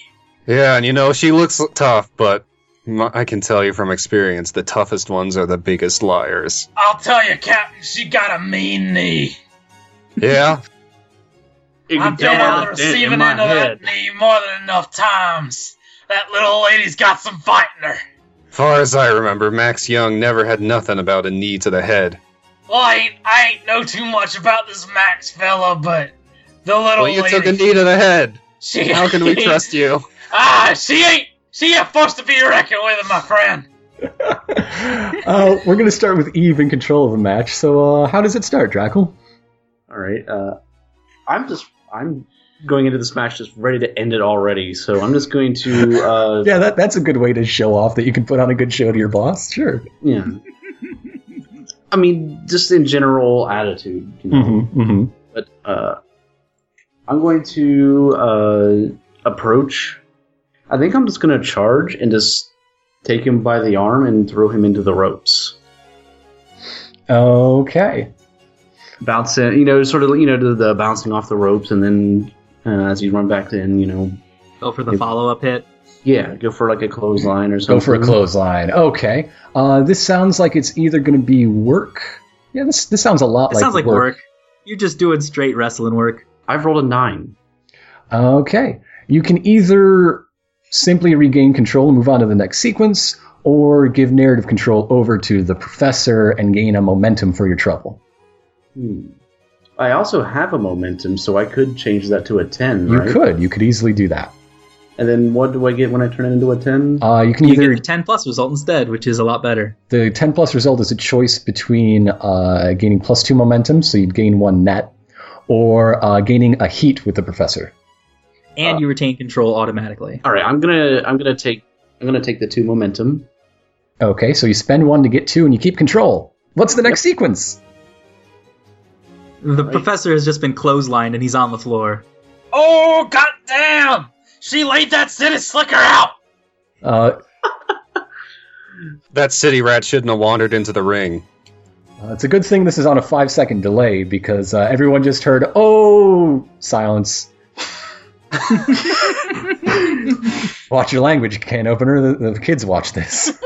Yeah, and you know, she looks tough, but m- I can tell you from experience the toughest ones are the biggest liars. I'll tell you, Captain, she got a mean knee. [laughs] Yeah? You I've tell been by on the the dent receiving end of that knee more than enough times. That little lady's got some fight in her. Far as I remember, Max Young never had nothing about a knee to the head. Well, I ain't, I ain't know too much about this Max fella, but the little Well, you lady, took a knee to the head. she, How can [laughs] we trust you? Ah, she ain't, she ain't forced to be reckoned with, my friend. uh, we're going to start with Eve in control of the match. So, uh, how does it start, Drackle? All right. Uh, I'm just I'm going into this match just ready to end it already. So I'm just going to uh, [laughs] Yeah, that, that's a good way to show off that you can put on a good show to your boss. Sure. yeah. I mean, just in general attitude. You know? Mm-hmm. Mm-hmm. But uh, I'm going to uh, approach. I think I'm just going to charge and just take him by the arm and throw him into the ropes. Okay. Bounce in, you know, sort of, you know, the, the bouncing off the ropes, and then uh, as you run back in, you know, Go Oh, for the follow up hit. yeah, go for like a clothesline or something. Go for a clothesline. Okay. Uh, this sounds like it's either going to be work. Yeah, this this sounds a lot It like sounds like work. You're just doing straight wrestling work. I've rolled a nine. Okay. You can either simply regain control and move on to the next sequence, or give narrative control over to the professor and gain a momentum for your trouble. Hmm. I also have a momentum, so I could change that to a ten, You right? could. You could easily do that. And then what do I get when I turn it into a ten? Uh, you can You either get the 10 plus result instead, which is a lot better. The 10 plus result is a choice between uh, gaining plus two momentum, so you'd gain one net, or uh, gaining a heat with the professor. And Uh, you retain control automatically. All right, I'm gonna I'm gonna take I'm gonna take the two momentum. Okay, so you spend one to get two and you keep control. What's the next sequence? The Right. professor has just been clotheslined and he's on the floor. Oh, goddamn! She laid that city slicker out. Uh, That city rat shouldn't have wandered into the ring. uh, it's a good thing this is on a five second delay because uh, everyone just heard, oh, silence. watch your language, can opener. The, the kids watch this.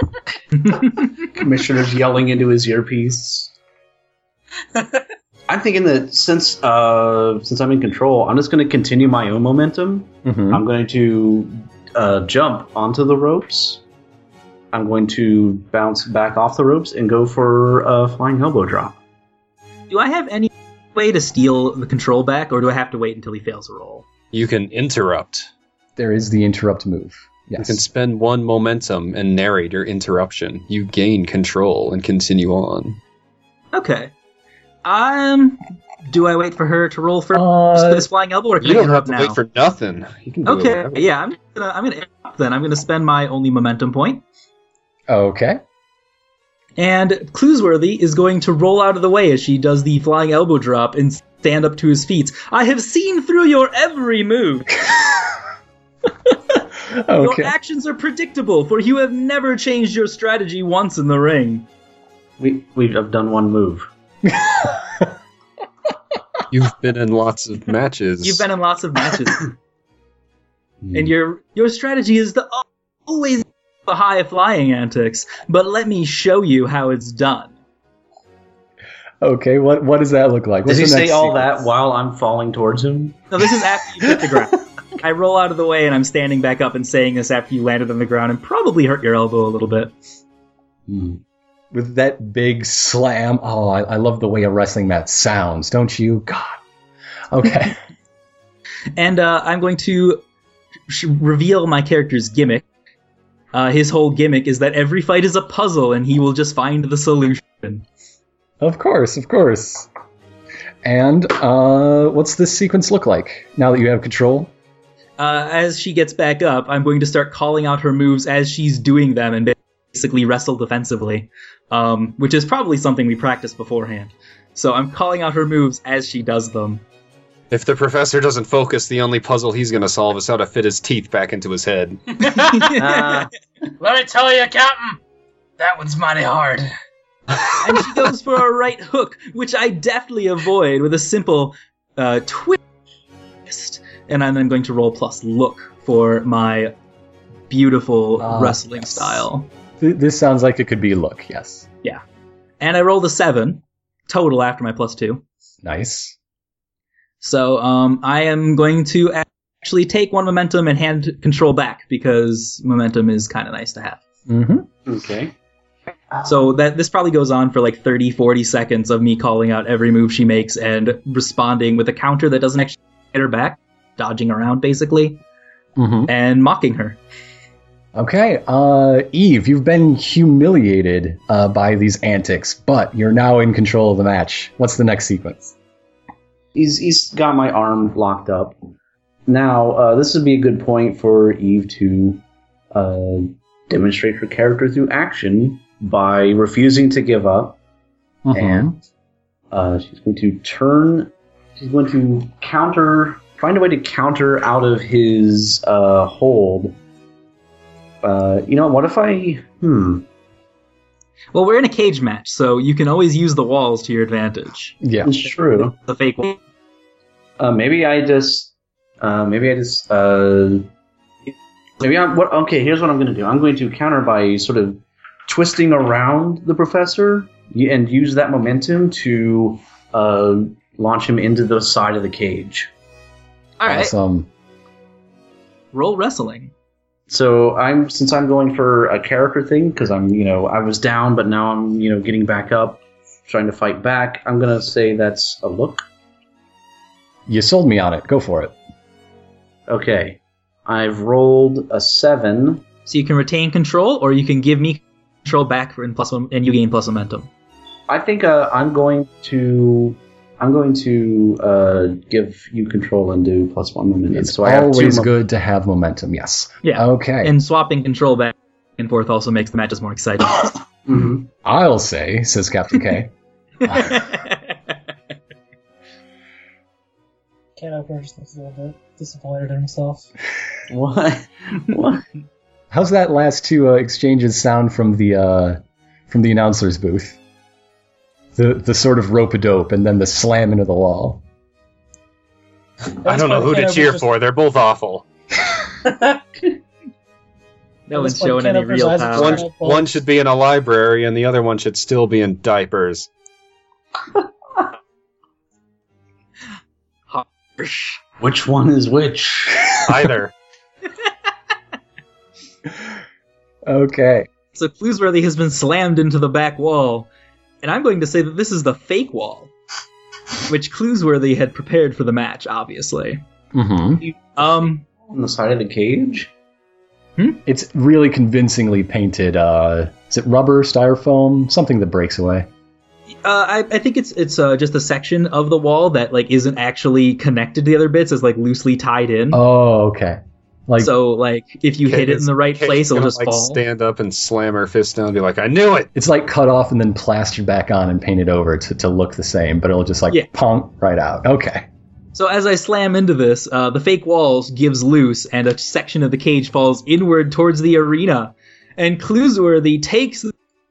commissioner's yelling into his earpiece. I'm thinking that since uh, since I'm in control, I'm just going to continue my own momentum. Mhm. I'm going to uh, jump onto the ropes. I'm going to bounce back off the ropes and go for a flying elbow drop. Do I have any way to steal the control back, or do I have to wait until he fails a roll? You can interrupt. There is the interrupt move. You Yes. can spend one momentum and narrate your interruption. You gain control and continue on. Okay. Um, do I wait for her to roll for Uh, this flying elbow, or can You I don't have interrupt to now? wait for nothing. You can do okay, whatever. yeah, I'm just gonna I'm gonna interrupt then. I'm gonna spend my only momentum point, okay. and Cluesworthy is going to roll out of the way as she does the flying elbow drop and stand up to his feet. I have seen through your every move. Okay. Your actions are predictable, for you have never changed your strategy once in the ring. We we have done one move. You've been in lots [laughs] of matches. You've been in lots of matches. Hmm. and your your strategy is the always the high flying antics. But let me show you how it's done. Okay, what what does that look like? What's Does he the say next all sequence? that while I'm falling towards him? Now this is after you hit the ground. I roll out of the way and I'm standing back up and saying this after you landed on the ground and probably hurt your elbow a little bit. with that big slam? Oh, I, I love the way a wrestling mat sounds, don't you? God. [laughs] Okay. And uh, I'm going to sh- reveal my character's gimmick. Uh, his whole gimmick is that every fight is a puzzle and he will just find the solution. of course, of course. And uh, what's this sequence look like now that you have control? Uh, as she gets back up, I'm going to start calling out her moves as she's doing them and basically wrestle defensively, um, which is probably something we practiced beforehand. So I'm calling out her moves as she [laughs] does them. [laughs] If the professor doesn't focus, the only puzzle he's going to solve is how to fit his teeth back into his [laughs] head. [laughs] Ah, Let me tell you, Captain, that one's mighty hard. and she goes for a right hook, which I deftly avoid with a simple uh, twist. And I'm then going to roll plus look for my beautiful Ah, wrestling yes. style. Th- this sounds like it could be look. Yes, And I rolled a seven total after my plus two. nice. So um, I am going to a- actually take one momentum and hand control back because momentum is kind of nice to have. hmm [laughs] okay. So that this probably goes on for like 30, 40 seconds of me calling out every move she makes and responding with a counter that doesn't actually hit her back, dodging around basically, hmm and mocking her. Okay, uh, Eve, you've been humiliated uh, by these antics, but you're now in control of the match. What's the next sequence? He's he's got my arm locked up. Now uh, this would be a good point for Eve to uh, demonstrate her character through action by refusing to give up, Mm-hmm. and uh, she's going to turn. She's going to counter, find a way to counter out of his uh, hold. Uh, you know, what if I? Hmm. Well, we're in a cage match, so you can always use the walls to your advantage. Yeah. It's true. The fake wall. Uh, maybe I just. Uh, maybe I just. Uh, maybe I'm. What? Okay, here's what I'm going to do. I'm going to counter by sort of twisting around the professor y- and use that momentum to uh, launch him into the side of the cage. All right, Awesome. roll wrestling. So I'm since I'm going for a character thing because I'm you know I was down but now I'm you know getting back up, trying to fight back. I'm gonna say that's a look. You sold me on it. Go for it. Okay, I've rolled a seven. So you can retain control, or you can give me control back for and plus one, and you gain plus momentum. I think uh, I'm going to I'm going to uh, give you control and do plus one momentum. It's so I have two always mo- good to have momentum. Yes. Yeah. Okay. And swapping control back and forth also makes the matches [laughs] more exciting. [laughs] Mhm. I'll say, says Captain K. Can openers looks a little bit disappointed in himself. What? what? How's that last two uh, exchanges sound from the uh, from the announcer's booth? The the sort of rope a dope and then the slam into the wall. I don't know who to cheer for. They're both awful. no one's showing any real power. One, one should be in a library, and the other one should still be in diapers. Which one is which? Either. [laughs] Okay. So Cluesworthy has been slammed into the back wall, and I'm going to say that this is the fake wall, which Cluesworthy had prepared for the match, obviously. Mm-hmm. Um, On the side of the cage? It's really convincingly painted. Uh, is it rubber, styrofoam, something that breaks away? uh, I, I think it's it's uh, just a section of the wall that like isn't actually connected to the other bits; it's like loosely tied in. Oh, okay. Like so like if you Kate hit it in is- the right Kate's place, it'll gonna, just like, fall. Stand up and slam her fist down and be like, I knew it! it's like cut off and then plastered back on and painted over to, to look the same, but it'll just like Yeah. punk right out. Okay. So as I slam into this, uh, the fake walls gives loose, and a section of the cage falls inward towards the arena. And Cluesworthy takes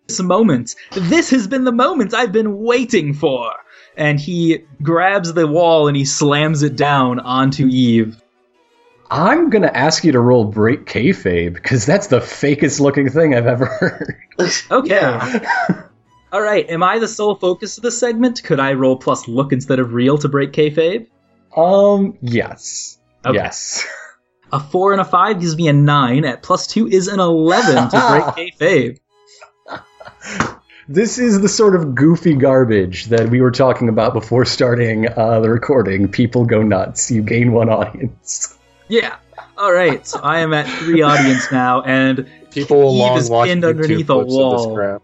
this moment. This has been the moment I've been waiting for. And he grabs the wall and he slams it down onto Eve. I'm gonna ask you to roll break kayfabe because that's the fakest looking thing I've ever [laughs] heard. Okay. [laughs] All right. Am I the sole focus of this segment? Could I roll plus look instead of real to break kayfabe? Um, yes, Okay. yes. A four and a five gives me a nine. At plus two is an eleven to break kayfabe. This is the sort of goofy garbage that we were talking about before starting uh, the recording. People go nuts. You gain one audience. Yeah. All right. So I am at three audience now, and People will Eve long is watch pinned YouTube underneath a clips of this wall. crap.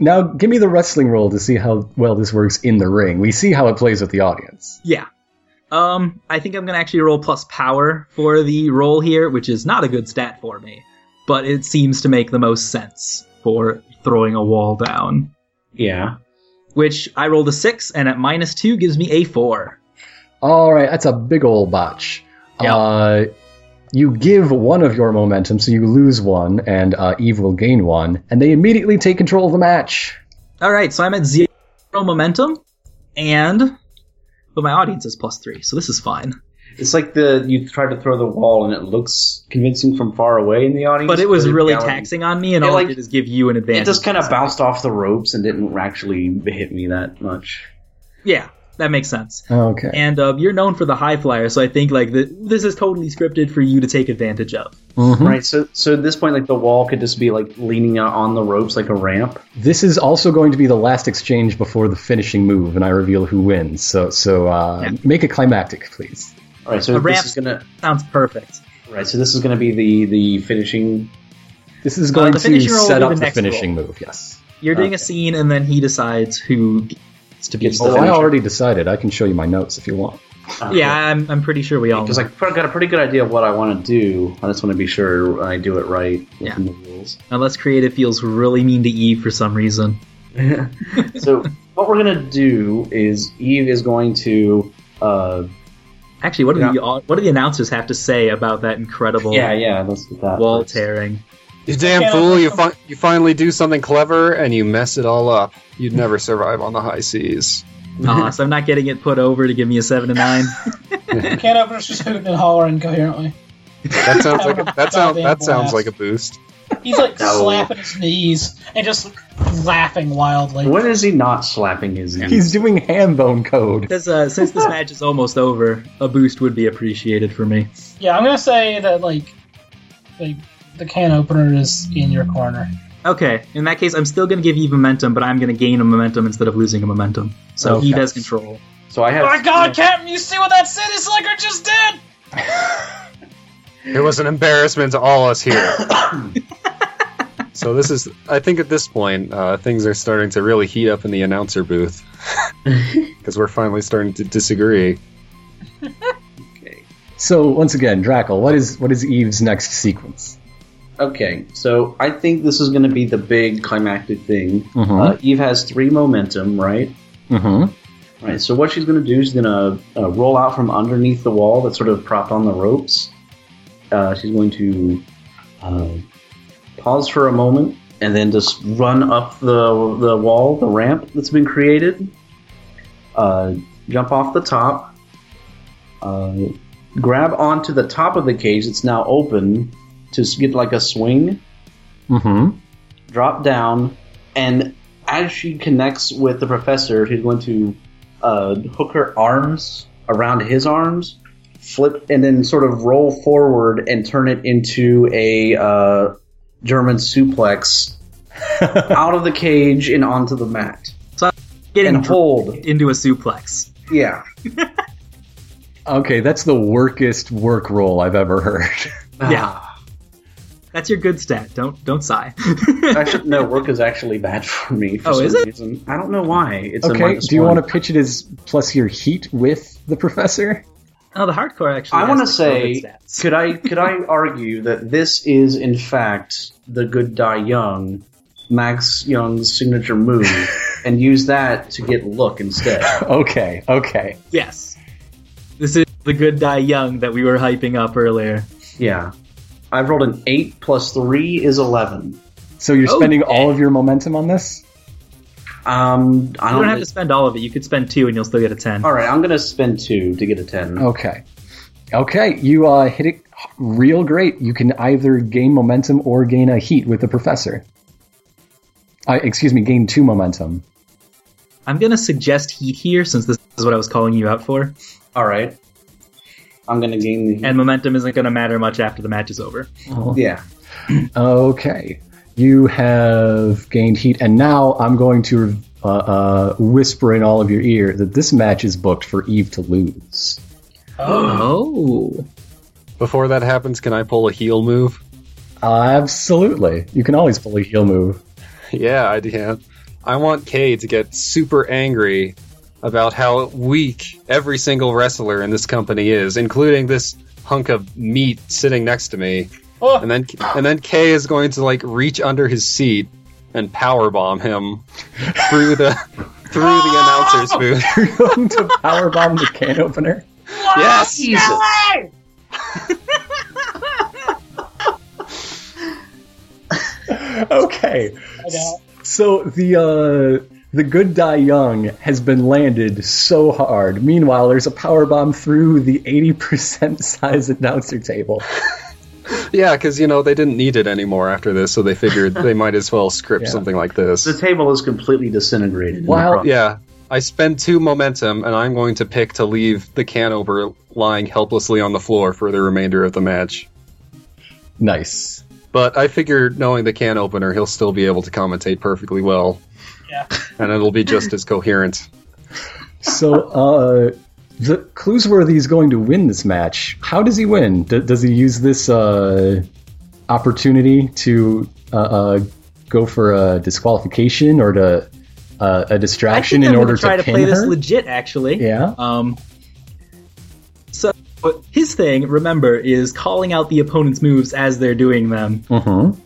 Now, give me the wrestling roll to see how well this works in the ring. We see how it plays with the audience. Yeah. Um, I think I'm gonna actually roll plus power for the roll here, which is not a good stat for me, but it seems to make the most sense for throwing a wall down. Yeah. Which I rolled a six, and at minus two gives me a four. All right, that's a big old botch. Yeah. Uh, you give one of your momentum, so you lose one, and uh, Eve will gain one, and they immediately take control of the match. All right, so I'm at zero momentum, and but my audience is plus three, so this is fine. It's like the you try to throw the wall and it looks convincing from far away in the audience. But it was in really reality- taxing on me, and It, all I like- did is give you an advantage. It just kind of bounced off the ropes and didn't actually hit me that much. yeah, that makes sense. Okay. And uh, you're known for the high flyer, so I think like th- this is totally scripted for you to take advantage of. Mhm. Mm-hmm. Right. So so at this point, like the wall could just be like leaning out on the ropes like a ramp. This is also going to be the last exchange before the finishing move, and I reveal who wins. So, so uh, make it climactic, please. All right. So A this ramp. is gonna. Sounds perfect. Right. So this is gonna be the the finishing. This is going Uh, the to finishing roll will set be up the the next finishing move. Yes. You're doing Okay. a scene, and then he decides who gets to be. Gets the the Oh, I finisher. already decided. I can show you my notes if you want. yeah, I'm, I'm pretty sure we all. uh, Because Know. I got a pretty good idea of what I want to do. I just want to be sure I do it right within the rules. [laughs] Unless creative feels really mean to Eve for some reason. so what we're gonna do is Eve is going to. Uh, Actually, what do Yeah. the au- what do the announcers have to say about that incredible yeah, yeah. Let's get that. wall first. tearing? You damn Can't fool! open You them. fi- you finally do something clever and you mess it all up. You'd never survive on the high seas. Ah, so I'm not getting it put over to give me a seven to [laughs] nine. [laughs] Can openers just hooting and hollering coherently. That sounds like a, that sounds that Goddamn sounds blast. like a boost. He's like No. slapping his knees and just laughing [laughs] wildly. When is he not slapping his knee? He's doing hand bone code. Because uh, since this match is almost over, a boost would be appreciated for me. Yeah, I'm gonna say that like, like the can opener is in your corner. Okay, in that case, I'm still going to give Eve momentum, but I'm going to gain a momentum instead of losing a momentum. So he Okay. does control. So I have. Oh my God, Captain! You see what that city slicker just did? It was an embarrassment to all us here. so this is, I think, at this point, uh, things are starting to really heat up in the announcer booth because we're finally starting to disagree. So once again, Drackle, what is what is Eve's next sequence? Okay, so I think this is going to be the big climactic thing. Mm-hmm. Uh, Eve has three momentum, right? mm-hmm. Right. So what she's going to do is going to uh, roll out from underneath the wall that's sort of propped on the ropes. Uh, she's going to uh, pause for a moment and then just run up the the wall, the ramp that's been created. Uh, jump off the top. Uh, grab onto the top of the cage that's now open to s- get like a swing Mm-hmm. drop down, and as she connects with the professor, she's going to uh, hook her arms around his arms, flip, and then sort of roll forward and turn it into a uh, German suplex out of the cage and onto the mat. Getting And hold. into a suplex. Yeah. Okay, that's the workest work roll I've ever heard. [laughs] Yeah. That's your good stat. Don't don't sigh. [laughs] [laughs] Actually, no, work is actually bad for me for Oh, some is it? reason. I don't know why. It's a okay, minus do you one. want to pitch it as plus your heat with the professor? oh, the hardcore actually. I has want to the say, COVID stats. could I could I argue that this is in fact the good die young, Max Young's signature move, and use that to get look instead? [laughs] Okay, okay. yes. This is the good die young that we were hyping up earlier. Yeah, I've rolled an eight plus three is eleven. So you're spending Okay. all of your momentum on this? Um, I You don't. don't have to spend all of it. You could spend two, and you'll still get a ten. All right, I'm gonna spend two to get a ten. Okay. Okay, you uh, hit it real great. You can either gain momentum or gain a heat with the professor. Uh, excuse me, gain two momentum. I'm gonna suggest heat here since this is what I was calling you out for, All right, I'm gonna gain the. and momentum isn't gonna matter much after the match is over. Oh, yeah, Okay. You have gained heat, and now I'm going to uh, uh, whisper in all of your ear that this match is booked for Eve to lose. Oh, Before that happens, can I pull a heel move? absolutely. You can always pull a heel move. [laughs] Yeah, I can. I want Kay to get super angry about how weak every single wrestler in this company is, including this hunk of meat sitting next to me. Oh. And then and then Kay is going to like reach under his seat and power bomb him through the through the announcer's booth. [laughs] You're going to powerbomb the can opener. Yes. Jesus. Okay. I doubt. So the uh, the good die young has been landed so hard. Meanwhile, there's a power bomb through the eighty percent size announcer table. Yeah, because you know they didn't need it anymore after this, so they figured they might as well script Yeah. something like this. The table is completely disintegrated. in the Wow. process. Yeah, I spend two momentum, and I'm going to pick to leave the can over lying helplessly on the floor for the remainder of the match. Nice. But I figure, knowing the can opener, he'll still be able to commentate perfectly well. Yeah. And it'll be just as coherent. So uh, the Cluesworthy is going to win this match. How does he win? D- does he use this uh, opportunity to uh, uh, go for a disqualification or to uh, a I distraction think in I'm order gonna try to, to pin play her? this legit, actually. yeah. Um, so but his thing, remember, is calling out the opponent's moves as they're doing them. Mm-hmm.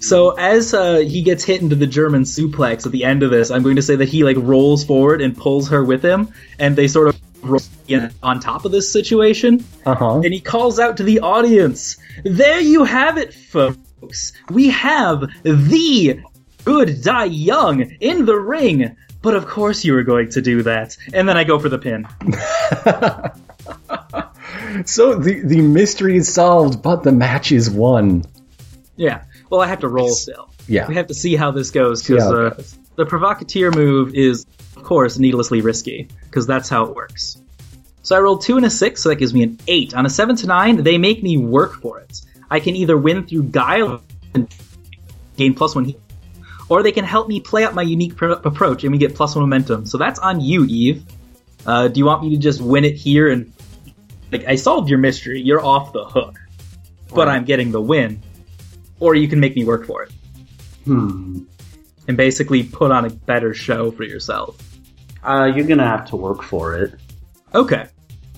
So as uh, he gets hit into the German suplex at the end of this, I'm going to say that he like rolls forward and pulls her with him, and they sort of roll in on top of this situation. Uh huh. And he calls out to the audience, "There you have it, folks. We have the good Die Young in the ring." But of course you were going to do that. And then I go for the pin. So the the mystery is solved, but the match is won. Yeah. Well, I have to roll still. Yeah. We have to see how this goes See because how it uh, the provocateur move is, of course, needlessly risky because that's how it works. So I rolled two and a six, so that gives me an eight. On a seven to nine, they make me work for it. I can either win through guile and gain plus one, heat, or they can help me play up my unique pro- approach and we get plus one momentum. So that's on you, Eve. Uh, do you want me to just win it here and like I solved your mystery? You're off the hook, but I'm getting the win. Or you can make me work for it Hmm. and basically put on a better show for yourself. Uh, you're gonna have to work for it. Okay.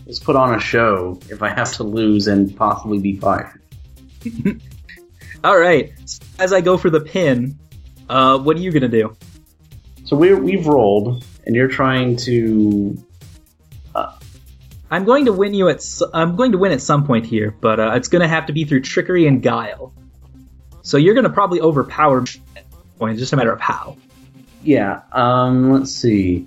Let's put on a show if I have to lose and possibly be fired. All right. As I go for the pin, uh, what are you gonna do? So we're, we've rolled, and you're trying to. I'm going to win you at. s- I'm going to win at some point here, but uh, it's gonna have to be through trickery and guile. So you're gonna probably overpower me at this point. It's just a matter of how. Yeah. Um. Let's see.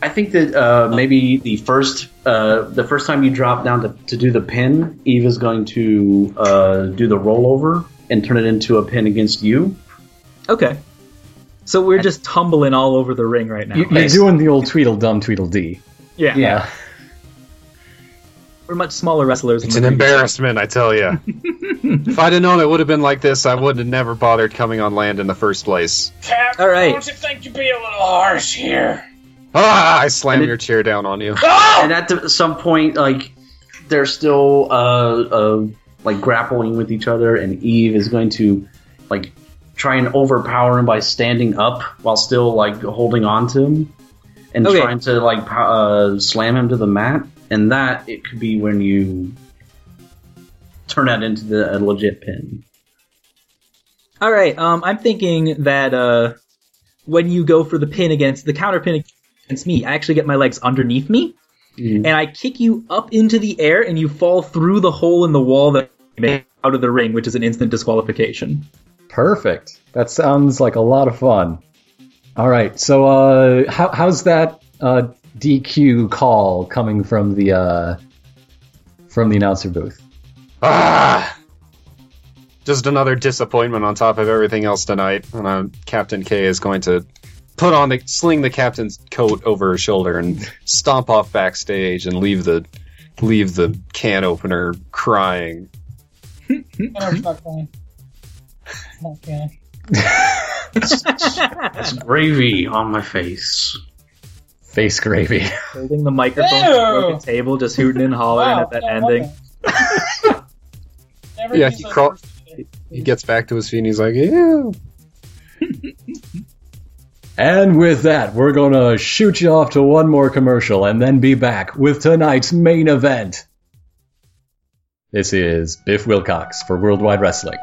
I think that uh, maybe the first uh, the first time you drop down to, to do the pin, Eve is going to uh, do the rollover and turn it into a pin against you. Okay. So we're just tumbling all over the ring right now. You, you're doing the old Tweedledum Tweedledee. yeah. Yeah. We're much smaller wrestlers. It's than an the previous- embarrassment, I tell you. [laughs] if I'd have known it would have been like this, I would have never bothered coming on land in the first place. Cap, All right. don't you think you're being a little harsh here? Ah, I slam And it- your chair down on you. and at the, some point, like they're still uh, uh, like grappling with each other, and Eve is going to like try and overpower him by standing up while still like holding on to him and Okay. trying to like pow- uh, slam him to the mat. And that it could be when you turn that into the, a legit pin. All right. Um, I'm thinking that uh, when you go for the pin against the counter pin against me, I actually get my legs underneath me, Mm. and I kick you up into the air, and you fall through the hole in the wall that I made out of the ring, which is an instant disqualification. Perfect. That sounds like a lot of fun. All right. So uh, how, how's that uh, DQ call coming from the uh, from the announcer booth? Ah! Just another disappointment on top of everything else tonight. And uh, Captain K is going to put on the sling the captain's coat over her shoulder and stomp off backstage and leave the leave the can opener crying. No, it's not fine. It's not fine. It's gravy on my face. Face gravy. [laughs] Holding the microphone to Ew. the broken table, just hooting and hollering Wow, at that no [laughs] ending. wonder. Never Yeah, use he those crawl- words together. He gets back to his feet and he's like, "Yeah, And with that, we're going to shoot you off to one more commercial and then be back with tonight's main event. This is Biff Wilcox for Worldwide Wrestling.